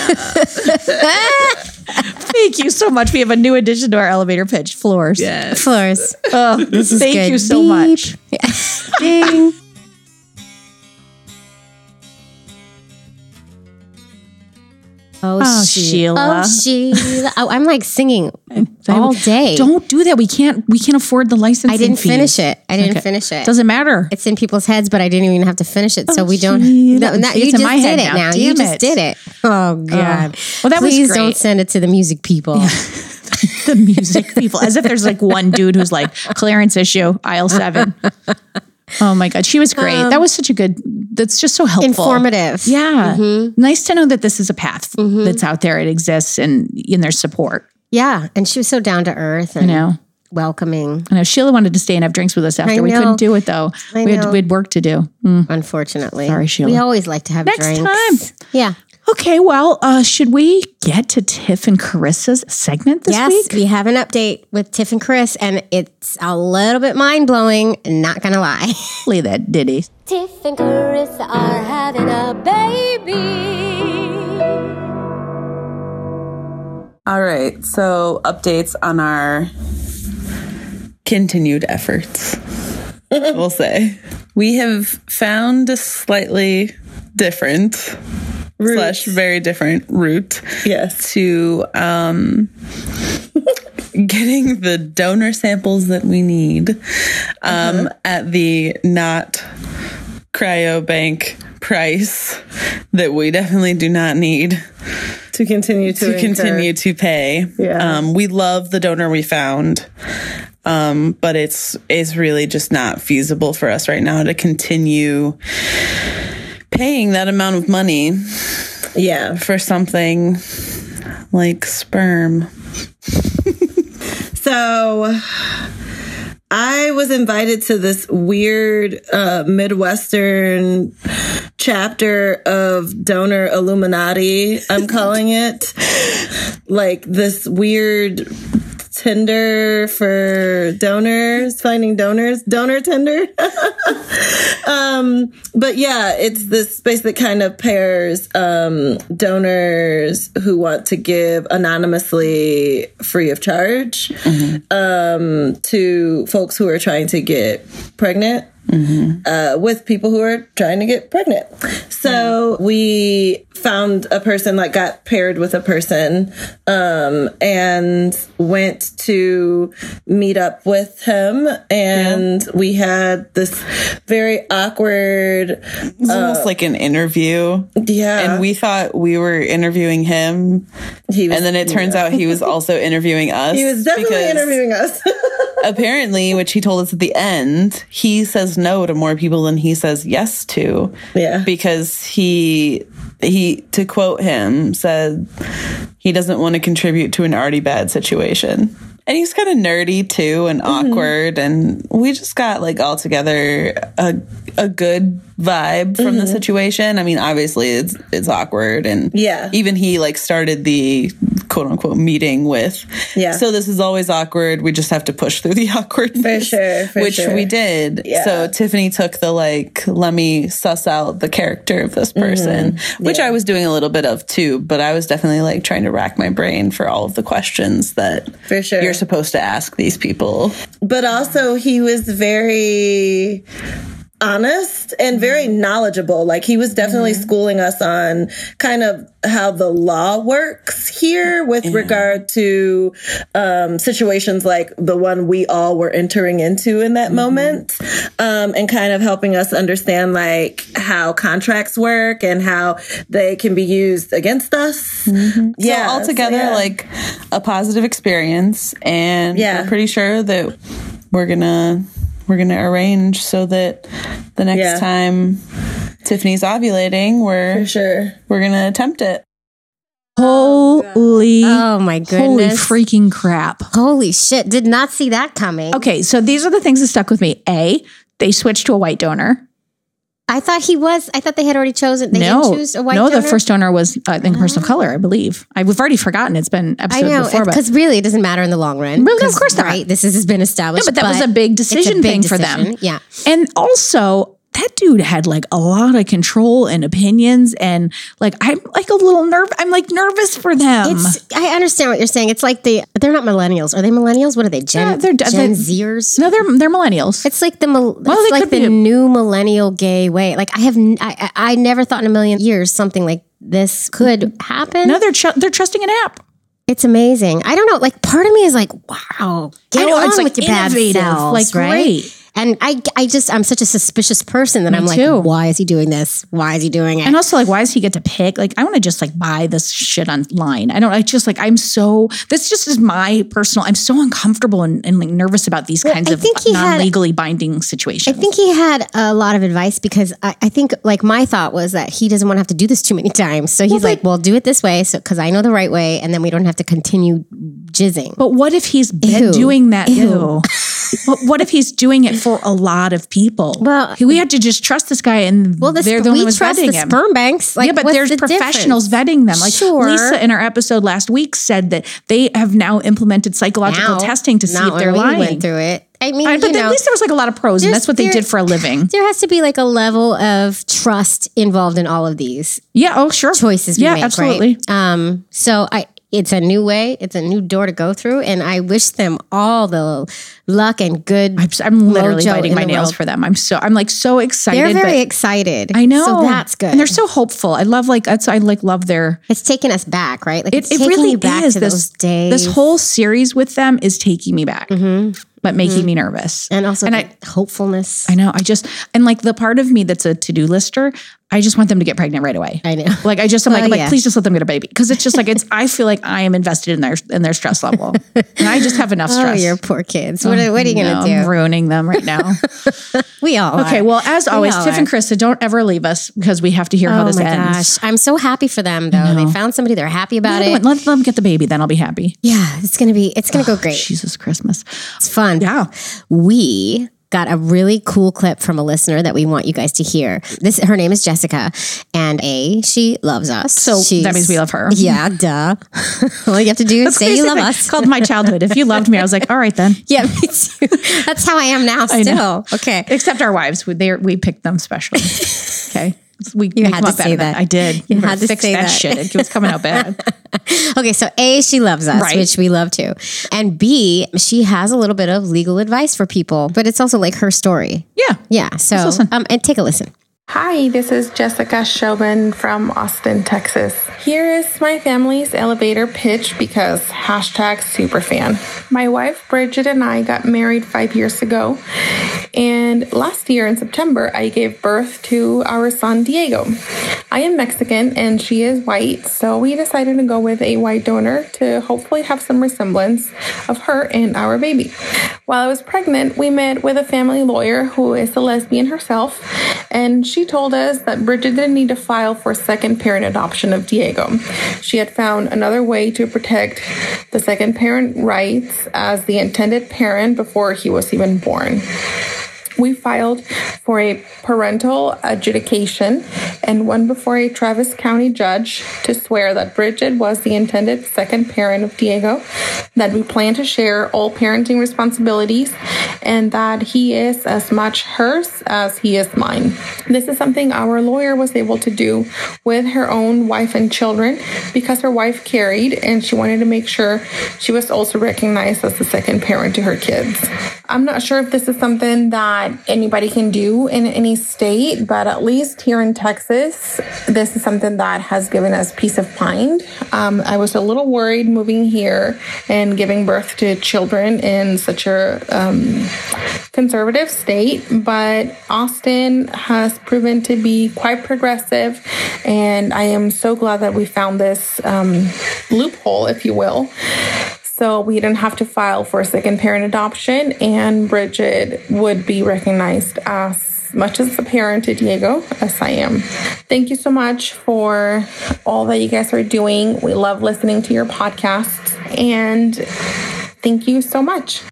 [SPEAKER 2] Thank you so much. We have a new addition to our elevator pitch floors.
[SPEAKER 3] yes.
[SPEAKER 1] Flores,
[SPEAKER 2] Oh,
[SPEAKER 1] this is
[SPEAKER 2] thank
[SPEAKER 1] good.
[SPEAKER 2] you so
[SPEAKER 1] Beep.
[SPEAKER 2] much.
[SPEAKER 1] Ding. Oh,
[SPEAKER 2] Oh,
[SPEAKER 1] Sheila.
[SPEAKER 2] Sheila.
[SPEAKER 1] Oh, Sheila. Oh, I'm like singing all day.
[SPEAKER 2] Don't do that. We can't. We can't afford the license.
[SPEAKER 1] I didn't finish it. I didn't finish it.
[SPEAKER 2] Doesn't matter.
[SPEAKER 1] it's in people's heads, but I didn't even have to finish it. So we don't.
[SPEAKER 2] Sheila.
[SPEAKER 1] No, no,
[SPEAKER 2] See,
[SPEAKER 1] you
[SPEAKER 2] it's in
[SPEAKER 1] just
[SPEAKER 2] my head
[SPEAKER 1] did it
[SPEAKER 2] now.
[SPEAKER 1] now. You
[SPEAKER 2] Damn
[SPEAKER 1] just
[SPEAKER 2] it.
[SPEAKER 1] did it. Oh God.
[SPEAKER 2] Well, that was
[SPEAKER 1] Please don't
[SPEAKER 2] great.
[SPEAKER 1] send it to the music people.
[SPEAKER 2] the music people, as if there's like one dude who's like clearance issue aisle seven. Oh my god, she was great. that was such a good. That's just so helpful.
[SPEAKER 1] Um, Informative.
[SPEAKER 2] Yeah.
[SPEAKER 1] Mm-hmm.
[SPEAKER 2] Nice to know that this is a path that's out there. It exists and in their support.
[SPEAKER 1] Yeah, and she was so down to earth and
[SPEAKER 2] You know,
[SPEAKER 1] welcoming.
[SPEAKER 2] I know Sheila wanted to stay and have drinks with us after. We
[SPEAKER 1] know.
[SPEAKER 2] couldn't do it though.
[SPEAKER 1] I
[SPEAKER 2] we, had,
[SPEAKER 1] know.
[SPEAKER 2] we had work to do.
[SPEAKER 1] Unfortunately,
[SPEAKER 2] Mm. Sorry, Sheila.
[SPEAKER 1] We always like to have
[SPEAKER 2] Next
[SPEAKER 1] drinks.
[SPEAKER 2] time.
[SPEAKER 1] Yeah.
[SPEAKER 2] Okay, well, uh, should we get to Tiff and Carissa's segment this
[SPEAKER 1] yes,
[SPEAKER 2] week?
[SPEAKER 1] we have an update with Tiff and Chris, and it's a little bit mind blowing. Not gonna lie.
[SPEAKER 2] Play that ditty.
[SPEAKER 4] Tiff and Carissa are having a baby.
[SPEAKER 5] All right, so updates on our continued efforts. we'll say we have found a slightly different slash very different route
[SPEAKER 6] Yes.
[SPEAKER 5] to um getting the donor samples that we need um at the not cryobank price that we definitely do not need
[SPEAKER 6] To continue to,
[SPEAKER 5] to continue to pay.
[SPEAKER 6] Yeah.
[SPEAKER 5] Um, we love the donor we found. Um, but it's it's really just not feasible for us right now to continue paying that amount of money
[SPEAKER 6] Yeah.
[SPEAKER 5] for something like sperm.
[SPEAKER 6] So I was invited to this weird uh, Midwestern chapter of donor Illuminati, I'm calling it. like this weird Tinder for donors, finding donors, donor Tinder. but yeah, it's this space that kind of pairs um, donors who want to give anonymously, free of charge, um, to folks who are trying to get pregnant uh, with people who are trying to get pregnant. So we found a person, like got paired with a person, um, and went to meet up with him. And we had this very awkward,
[SPEAKER 5] It's almost like an interview.
[SPEAKER 6] Uh, yeah.
[SPEAKER 5] and we thought we were interviewing him,
[SPEAKER 6] he was,
[SPEAKER 5] and then it turns out he was also interviewing us.
[SPEAKER 6] he was definitely
[SPEAKER 5] because
[SPEAKER 6] interviewing us.
[SPEAKER 5] Apparently, which he told us at the end, he says no to more people than he says yes to.
[SPEAKER 6] Yeah.
[SPEAKER 5] because he he to quote him said he doesn't want to contribute to an already bad situation. And he's kind of nerdy too and
[SPEAKER 6] Mm-hmm.
[SPEAKER 5] awkward and we just got like all together a a good vibe from
[SPEAKER 6] Mm-hmm.
[SPEAKER 5] the situation. I mean, obviously it's it's awkward and
[SPEAKER 6] Yeah.
[SPEAKER 5] Even he like started the quote unquote meeting with
[SPEAKER 6] Yeah.
[SPEAKER 5] So this is always awkward. We just have to push through the awkwardness.
[SPEAKER 6] sure, for
[SPEAKER 5] which
[SPEAKER 6] sure.
[SPEAKER 5] we did.
[SPEAKER 6] Yeah.
[SPEAKER 5] So Tiffany took the like, let me suss out the character of this
[SPEAKER 6] Mm-hmm.
[SPEAKER 5] person, which I was doing a little bit of too, but I was definitely like trying to rack my brain for all of the questions that
[SPEAKER 6] For sure.
[SPEAKER 5] you're supposed to ask these people.
[SPEAKER 6] but also he was very honest and very
[SPEAKER 5] Mm-hmm.
[SPEAKER 6] knowledgeable like he was definitely schooling us on kind of how the law works here with regard to um, situations like the one we all were entering into in that
[SPEAKER 5] Mm-hmm.
[SPEAKER 6] moment um, and kind of helping us understand like how contracts work and how they can be used against us yeah
[SPEAKER 5] Mm-hmm. so
[SPEAKER 6] so
[SPEAKER 5] altogether,
[SPEAKER 6] yeah.
[SPEAKER 5] like a positive experience, and
[SPEAKER 6] Yeah.
[SPEAKER 5] I'm pretty sure that we're gonna we're gonna arrange so that the next
[SPEAKER 6] Yeah.
[SPEAKER 5] time Tiffany's ovulating, we're
[SPEAKER 6] for sure
[SPEAKER 5] we're gonna attempt it.
[SPEAKER 2] Holy,
[SPEAKER 1] Oh my
[SPEAKER 2] holy
[SPEAKER 1] goodness.
[SPEAKER 2] freaking crap.
[SPEAKER 1] Holy shit. Did not see that coming.
[SPEAKER 2] Okay, so these are the things that stuck with me. A, they switched to a white donor.
[SPEAKER 1] I thought he was, I thought they had already chosen. They didn't
[SPEAKER 2] no,
[SPEAKER 1] choose a white
[SPEAKER 2] no, the
[SPEAKER 1] donor? Ah.
[SPEAKER 2] first donor was uh, I think person of color, I believe. I've already forgotten. It's been
[SPEAKER 1] I
[SPEAKER 2] episodes
[SPEAKER 1] know,
[SPEAKER 2] before, but
[SPEAKER 1] because really it doesn't matter in the long run.
[SPEAKER 2] Really, of
[SPEAKER 1] 'Cause,
[SPEAKER 2] course not.
[SPEAKER 1] Right, this has been
[SPEAKER 2] No,
[SPEAKER 1] established.
[SPEAKER 2] but that was a big decision
[SPEAKER 1] big
[SPEAKER 2] thing for
[SPEAKER 1] decision.
[SPEAKER 2] them.
[SPEAKER 1] Yeah.
[SPEAKER 2] And also, that dude had like a lot of control and opinions, and like I'm like a little nerve. I'm like nervous for them.
[SPEAKER 1] It's, I understand what you're saying. It's like the they're not millennials. Are they millennials? What are they? Gen,
[SPEAKER 2] Yeah, they're-
[SPEAKER 1] Gen
[SPEAKER 2] they-
[SPEAKER 1] Zers.
[SPEAKER 2] no, they're they're millennials.
[SPEAKER 1] It's like the mil-
[SPEAKER 2] they
[SPEAKER 1] it's like
[SPEAKER 2] could be
[SPEAKER 1] the
[SPEAKER 2] a-
[SPEAKER 1] new millennial gay way. Like I have n- I, I- I never thought in a million years something like this could happen.
[SPEAKER 2] no, they're tru- they're trusting an app.
[SPEAKER 1] It's amazing. I don't know. Like part of me is like, wow, get
[SPEAKER 2] I know,
[SPEAKER 1] along
[SPEAKER 2] it's, like,
[SPEAKER 1] with your bad
[SPEAKER 2] innovative,
[SPEAKER 1] selves,
[SPEAKER 2] like,
[SPEAKER 1] right?
[SPEAKER 2] great.
[SPEAKER 1] And I, I just, I'm such a suspicious person that I'm like,
[SPEAKER 2] too.
[SPEAKER 1] why is he doing this? Why is he doing it?
[SPEAKER 2] And also, like, why does he get to pick? Like, I want to just like buy this shit online. I don't. I just like I'm so. This just is my personal. I'm so uncomfortable and, and like nervous about these kinds
[SPEAKER 1] I
[SPEAKER 2] of
[SPEAKER 1] think he had-
[SPEAKER 2] non-legally binding situations.
[SPEAKER 1] I think he had a lot of advice because I, I think like my thought was that he doesn't want to have to do this too many times. So he's like, well, do it this way. So, cause I know the right way. And then we don't have to continue jizzing.
[SPEAKER 2] But what if he's been
[SPEAKER 1] Ew.
[SPEAKER 2] doing that? Ew. but what if he's doing it for a lot of people?
[SPEAKER 1] Well-
[SPEAKER 2] we had to just trust this guy, and
[SPEAKER 1] well, this,
[SPEAKER 2] they're the
[SPEAKER 1] we
[SPEAKER 2] only ones
[SPEAKER 1] trust
[SPEAKER 2] vetting
[SPEAKER 1] the
[SPEAKER 2] him.
[SPEAKER 1] sperm banks. Like,
[SPEAKER 2] yeah, but
[SPEAKER 1] what's
[SPEAKER 2] there's
[SPEAKER 1] the
[SPEAKER 2] professionals
[SPEAKER 1] difference?
[SPEAKER 2] vetting them. Like
[SPEAKER 1] Sure.
[SPEAKER 2] Lisa in our episode last week said that they have now implemented psychological
[SPEAKER 1] Now,
[SPEAKER 2] testing to see
[SPEAKER 1] not
[SPEAKER 2] if
[SPEAKER 1] when
[SPEAKER 2] they're
[SPEAKER 1] we
[SPEAKER 2] lying.
[SPEAKER 1] went through it. I mean,
[SPEAKER 2] I-
[SPEAKER 1] you
[SPEAKER 2] but
[SPEAKER 1] know,
[SPEAKER 2] at least there was like a lot of pros, and
[SPEAKER 1] there's
[SPEAKER 2] that's what they
[SPEAKER 1] theory-
[SPEAKER 2] did for a living.
[SPEAKER 1] there has to be like a level of trust involved in all of these
[SPEAKER 2] Yeah. Oh, sure.
[SPEAKER 1] choices we
[SPEAKER 2] Yeah,
[SPEAKER 1] make,
[SPEAKER 2] absolutely.
[SPEAKER 1] right? Um, so I it's a new way, it's a new door to go through, and I wish them all the luck and good.
[SPEAKER 2] I'm, so- I'm literally
[SPEAKER 1] mojo
[SPEAKER 2] biting
[SPEAKER 1] in
[SPEAKER 2] my
[SPEAKER 1] the
[SPEAKER 2] nails
[SPEAKER 1] world.
[SPEAKER 2] for them. I'm so I'm like so excited.
[SPEAKER 1] They're
[SPEAKER 2] but
[SPEAKER 1] very excited.
[SPEAKER 2] I know.
[SPEAKER 1] so that's good.
[SPEAKER 2] And they're so hopeful. I love like that's I like love their
[SPEAKER 1] it's taking us back, right? Like
[SPEAKER 2] it,
[SPEAKER 1] it's
[SPEAKER 2] it
[SPEAKER 1] taking
[SPEAKER 2] really
[SPEAKER 1] you back
[SPEAKER 2] is
[SPEAKER 1] to
[SPEAKER 2] this
[SPEAKER 1] those days.
[SPEAKER 2] This whole series with them is taking me back, but making me nervous.
[SPEAKER 1] and also
[SPEAKER 2] Mm-hmm. and
[SPEAKER 1] the
[SPEAKER 2] I-
[SPEAKER 1] hopefulness.
[SPEAKER 2] I know. I just and like the part of me that's a to do lister. I just want them to get pregnant right away.
[SPEAKER 1] I know.
[SPEAKER 2] Like I just I'm like,
[SPEAKER 1] Oh,
[SPEAKER 2] I'm like
[SPEAKER 1] yeah.
[SPEAKER 2] please just let them get a baby because it's just like it's. I feel like I am invested in their in their stress level, and I just have enough
[SPEAKER 1] Oh,
[SPEAKER 2] stress.
[SPEAKER 1] your poor kids. What, are, what are you
[SPEAKER 2] No,
[SPEAKER 1] going to
[SPEAKER 2] I'm
[SPEAKER 1] do?
[SPEAKER 2] ruining them right now.
[SPEAKER 1] we all
[SPEAKER 2] okay.
[SPEAKER 1] are.
[SPEAKER 2] Well, as always,
[SPEAKER 1] all
[SPEAKER 2] Tiff and Krista, don't ever leave us because we have to hear how
[SPEAKER 1] Oh
[SPEAKER 2] this
[SPEAKER 1] my
[SPEAKER 2] ends.
[SPEAKER 1] gosh. I'm so happy for them though. They found somebody they're happy about
[SPEAKER 2] Let
[SPEAKER 1] it.
[SPEAKER 2] them- let them get the baby, then I'll be happy.
[SPEAKER 1] Yeah, it's gonna be it's gonna go great.
[SPEAKER 2] Jesus Christmas.
[SPEAKER 1] It's fun.
[SPEAKER 2] Yeah.
[SPEAKER 1] We got a really cool clip from a listener that we want you guys to hear. This her name is Jessica, and A, she loves us.
[SPEAKER 2] So that means we love her.
[SPEAKER 1] Yeah, duh. All you have to do is say you
[SPEAKER 2] Crazy
[SPEAKER 1] love
[SPEAKER 2] thing.
[SPEAKER 1] us.
[SPEAKER 2] Called my childhood. If you loved me, I was like, all right then.
[SPEAKER 1] Yeah, me too. That's how I am now still.
[SPEAKER 2] know.
[SPEAKER 1] Okay.
[SPEAKER 2] Except our wives, we, they we picked them special. okay, we
[SPEAKER 1] You
[SPEAKER 2] we
[SPEAKER 1] had
[SPEAKER 2] come
[SPEAKER 1] to
[SPEAKER 2] up out
[SPEAKER 1] say
[SPEAKER 2] of
[SPEAKER 1] that.
[SPEAKER 2] I did.
[SPEAKER 1] You
[SPEAKER 2] We're
[SPEAKER 1] had to
[SPEAKER 2] fix
[SPEAKER 1] say
[SPEAKER 2] that,
[SPEAKER 1] that.
[SPEAKER 2] shit. It was coming out bad.
[SPEAKER 1] Okay, so A, she loves us,
[SPEAKER 2] Right.
[SPEAKER 1] which we love too. And B, she has a little bit of legal advice for people, but it's also like her story.
[SPEAKER 2] Yeah. Oh
[SPEAKER 1] Yeah. So, um, and take a listen.
[SPEAKER 7] Hi, this is Jessica Shobin from Austin, Texas. Here is my family's elevator pitch because hashtag superfan. My wife Bridget and I got married five years ago, and last year in September, I gave birth to our son Diego. I am Mexican and she is white, so we decided to go with a white donor to hopefully have some resemblance of her and our baby. While I was pregnant, we met with a family lawyer who is a lesbian herself, and she told us that Bridget didn't need to file for second parent adoption of Diego. She had found another way to protect the second parent rights as the intended parent before he was even born. We filed for a parental adjudication and one before a Travis County judge to swear that Bridget was the intended second parent of Diego, that we plan to share all parenting responsibilities, and that he is as much hers as he is mine. This is something our lawyer was able to do with her own wife and children because her wife carried and she wanted to make sure she was also recognized as the second parent to her kids. I'm not sure if this is something that anybody can do in any state, but at least here in Texas, this is something that has given us peace of mind. Um, I was a little worried moving here and giving birth to children in such a um, conservative state, but Austin has proven to be quite progressive, and I am so glad that we found this um, loophole, if you will so we didn't have to file for a second parent adoption, and Bridget would be recognized as much as a parent to Diego as I am. Thank you so much for all that you guys are doing. We love listening to your podcasts, and thank you so much.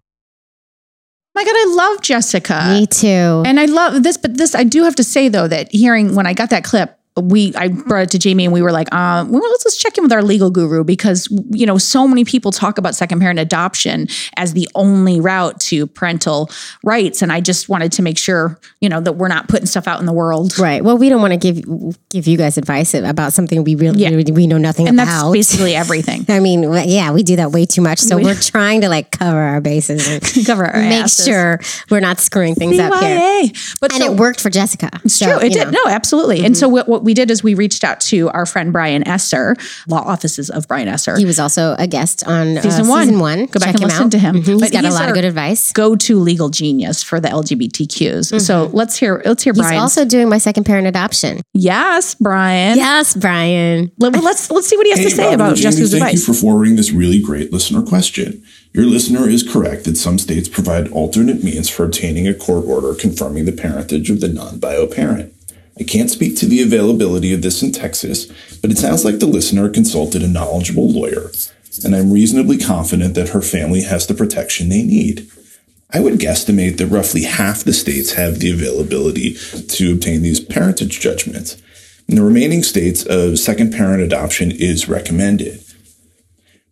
[SPEAKER 2] My God, I love Jessica.
[SPEAKER 1] Me too.
[SPEAKER 2] And I love this, but this I do have to say though that hearing when I got that clip, we I brought it to Jamie and we were like, um, well, let's just check in with our legal guru because you know so many people talk about second parent adoption as the only route to parental rights, and I just wanted to make sure you know that we're not putting stuff out in the world.
[SPEAKER 1] Right. Well, we don't want to give give you guys advice about something we really
[SPEAKER 2] Yeah.
[SPEAKER 1] we know nothing
[SPEAKER 2] And that's
[SPEAKER 1] about.
[SPEAKER 2] basically everything.
[SPEAKER 1] I mean, w- yeah, we do that way too much. So we're trying to like cover our bases and
[SPEAKER 2] Cover our
[SPEAKER 1] make
[SPEAKER 2] asses.
[SPEAKER 1] sure we're not screwing things up here.
[SPEAKER 2] BYA. But
[SPEAKER 1] And
[SPEAKER 2] so-
[SPEAKER 1] it worked for Jessica. It's
[SPEAKER 2] True, it did. No, absolutely.
[SPEAKER 1] Mm-hmm.
[SPEAKER 2] And so what, what we did is we reached out to our friend Brian Esser, law offices of Brian Esser.
[SPEAKER 1] He was also a guest on uh,
[SPEAKER 2] Season one.
[SPEAKER 1] Season one.
[SPEAKER 2] Go
[SPEAKER 1] Check
[SPEAKER 2] back and
[SPEAKER 1] him
[SPEAKER 2] listen
[SPEAKER 1] out.
[SPEAKER 2] to him.
[SPEAKER 1] Mhm. He's
[SPEAKER 2] But
[SPEAKER 1] got a
[SPEAKER 2] he's
[SPEAKER 1] lot
[SPEAKER 2] our-
[SPEAKER 1] of good advice. Mm-hmm.
[SPEAKER 2] go-to legal genius for the LGBTQs. So let's hear let's hear
[SPEAKER 1] He's
[SPEAKER 2] Brian.
[SPEAKER 1] also doing my second parent adoption.
[SPEAKER 2] yes, Brian.
[SPEAKER 1] Yes, Brian.
[SPEAKER 2] Let, us let's see what he has to
[SPEAKER 8] Hey,
[SPEAKER 2] say
[SPEAKER 8] Robin
[SPEAKER 2] about
[SPEAKER 8] and Jamie,
[SPEAKER 2] Jessica's
[SPEAKER 8] thank
[SPEAKER 2] advice.
[SPEAKER 8] you for forwarding this really great listener question. Your listener is correct that some states provide alternate means for obtaining a court order confirming the parentage of the non-bio parent. I can't speak to the availability of this in Texas, but it sounds like the listener consulted a knowledgeable lawyer, and I'm reasonably confident that her family has the protection they need. I would guesstimate that roughly half the states have the availability to obtain these parentage judgments. In the remaining states, a second parent adoption is recommended.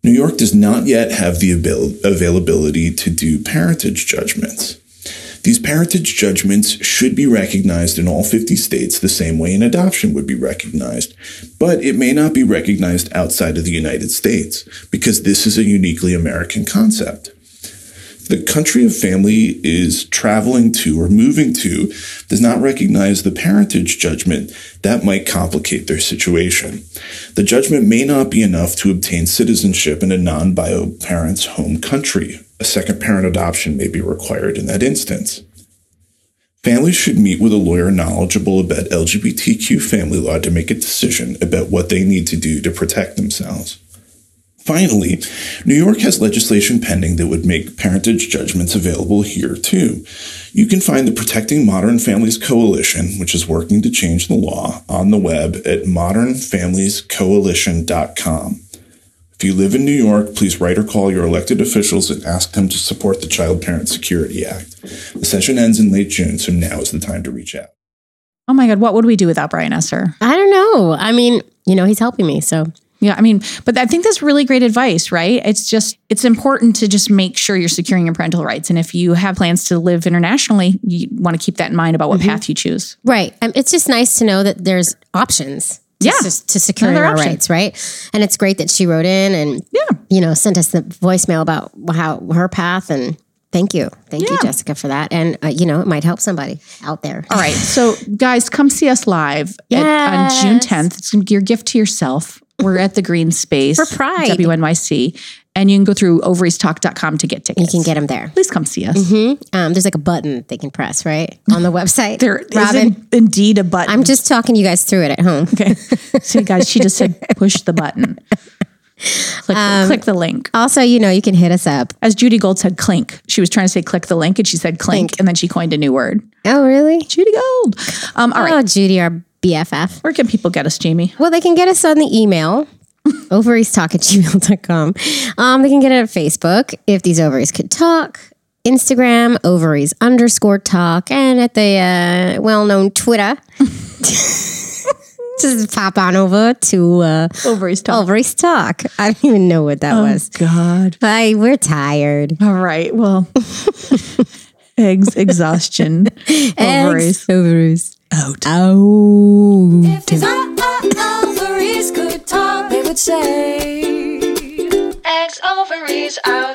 [SPEAKER 8] New York does not yet have the abil- availability to do parentage judgments. These parentage judgments should be recognized in all 50 states the same way an adoption would be recognized, but it may not be recognized outside of the United States because this is a uniquely American concept the country of family is traveling to or moving to does not recognize the parentage judgment, that might complicate their situation. The judgment may not be enough to obtain citizenship in a non bio parent's home country. A second parent adoption may be required in that instance. Families should meet with a lawyer knowledgeable about LGBTQ family law to make a decision about what they need to do to protect themselves. Finally, New York has legislation pending that would make parentage judgments available here too. You can find the Protecting Modern Families Coalition, which is working to change the law, on the web at modernfamiliescoalition.com. If you live in New York, please write or call your elected officials and ask them to support the Child Parent Security Act. The session ends in late June, so now is the time to reach out.
[SPEAKER 2] Oh my God, what would we do without Brian Esser?
[SPEAKER 1] I don't know. I mean, you know, he's helping me. So
[SPEAKER 2] Yeah, I mean, but I think that's really great advice, right? It's just it's important to just make sure you're securing your parental rights, and if you have plans to live internationally, you want to keep that in mind about
[SPEAKER 1] Mm-hmm.
[SPEAKER 2] what path you choose.
[SPEAKER 1] Right. Um, it's just nice to know that there's options. To,
[SPEAKER 2] Yeah.
[SPEAKER 1] s- to securing
[SPEAKER 2] Another
[SPEAKER 1] our
[SPEAKER 2] option.
[SPEAKER 1] rights, right? And it's great that she wrote in and
[SPEAKER 2] Yeah.
[SPEAKER 1] you know sent us the voicemail about how her path and thank you, thank you, Jessica, for that. And uh, you know it might help somebody out there.
[SPEAKER 2] All right, so guys, come see us live at- on June
[SPEAKER 1] Yes.
[SPEAKER 2] 10th. It's gonna be your gift to yourself. We're at the Green Space
[SPEAKER 1] For Pride.
[SPEAKER 2] WNYC, and you can go through ovariestalk.com to get tickets.
[SPEAKER 1] You can get them there.
[SPEAKER 2] Please come see us.
[SPEAKER 1] Um, there's like a button they can press right on the website.
[SPEAKER 2] There is
[SPEAKER 1] Robin,
[SPEAKER 2] in- indeed a button.
[SPEAKER 1] I'm just talking you guys through it at home.
[SPEAKER 2] okay. See, guys, she just said push the button. Click,
[SPEAKER 1] Um,
[SPEAKER 2] click the link.
[SPEAKER 1] Also, you know you can hit us up.
[SPEAKER 2] As Judy Gold said, clink. She was trying to say click the link and she said clink, and then she coined a new word.
[SPEAKER 1] Oh really?
[SPEAKER 2] Judy Gold. Um, all right.
[SPEAKER 1] Oh Judy, our BFF.
[SPEAKER 2] Where can people get us, Jamie?
[SPEAKER 1] Well, they can get us on the email, ovariestalk at gmail.com. Um, they can get it at Facebook, if these ovaries could talk, Instagram, ovaries underscore talk, and at the uh, well known Twitter. Just pop on over to uh,
[SPEAKER 2] Ovaries talk. Oh,
[SPEAKER 1] Ovaries Talk. I don't even know what that was.
[SPEAKER 2] God.
[SPEAKER 1] Bye. We're tired.
[SPEAKER 2] All right. Well, eggs, exhaustion, ovaries.
[SPEAKER 1] Eggs, Ovaries.
[SPEAKER 2] Out.
[SPEAKER 1] Oh.
[SPEAKER 9] If these o- o- ovaries could talk, they would say, Eggs, ovaries out.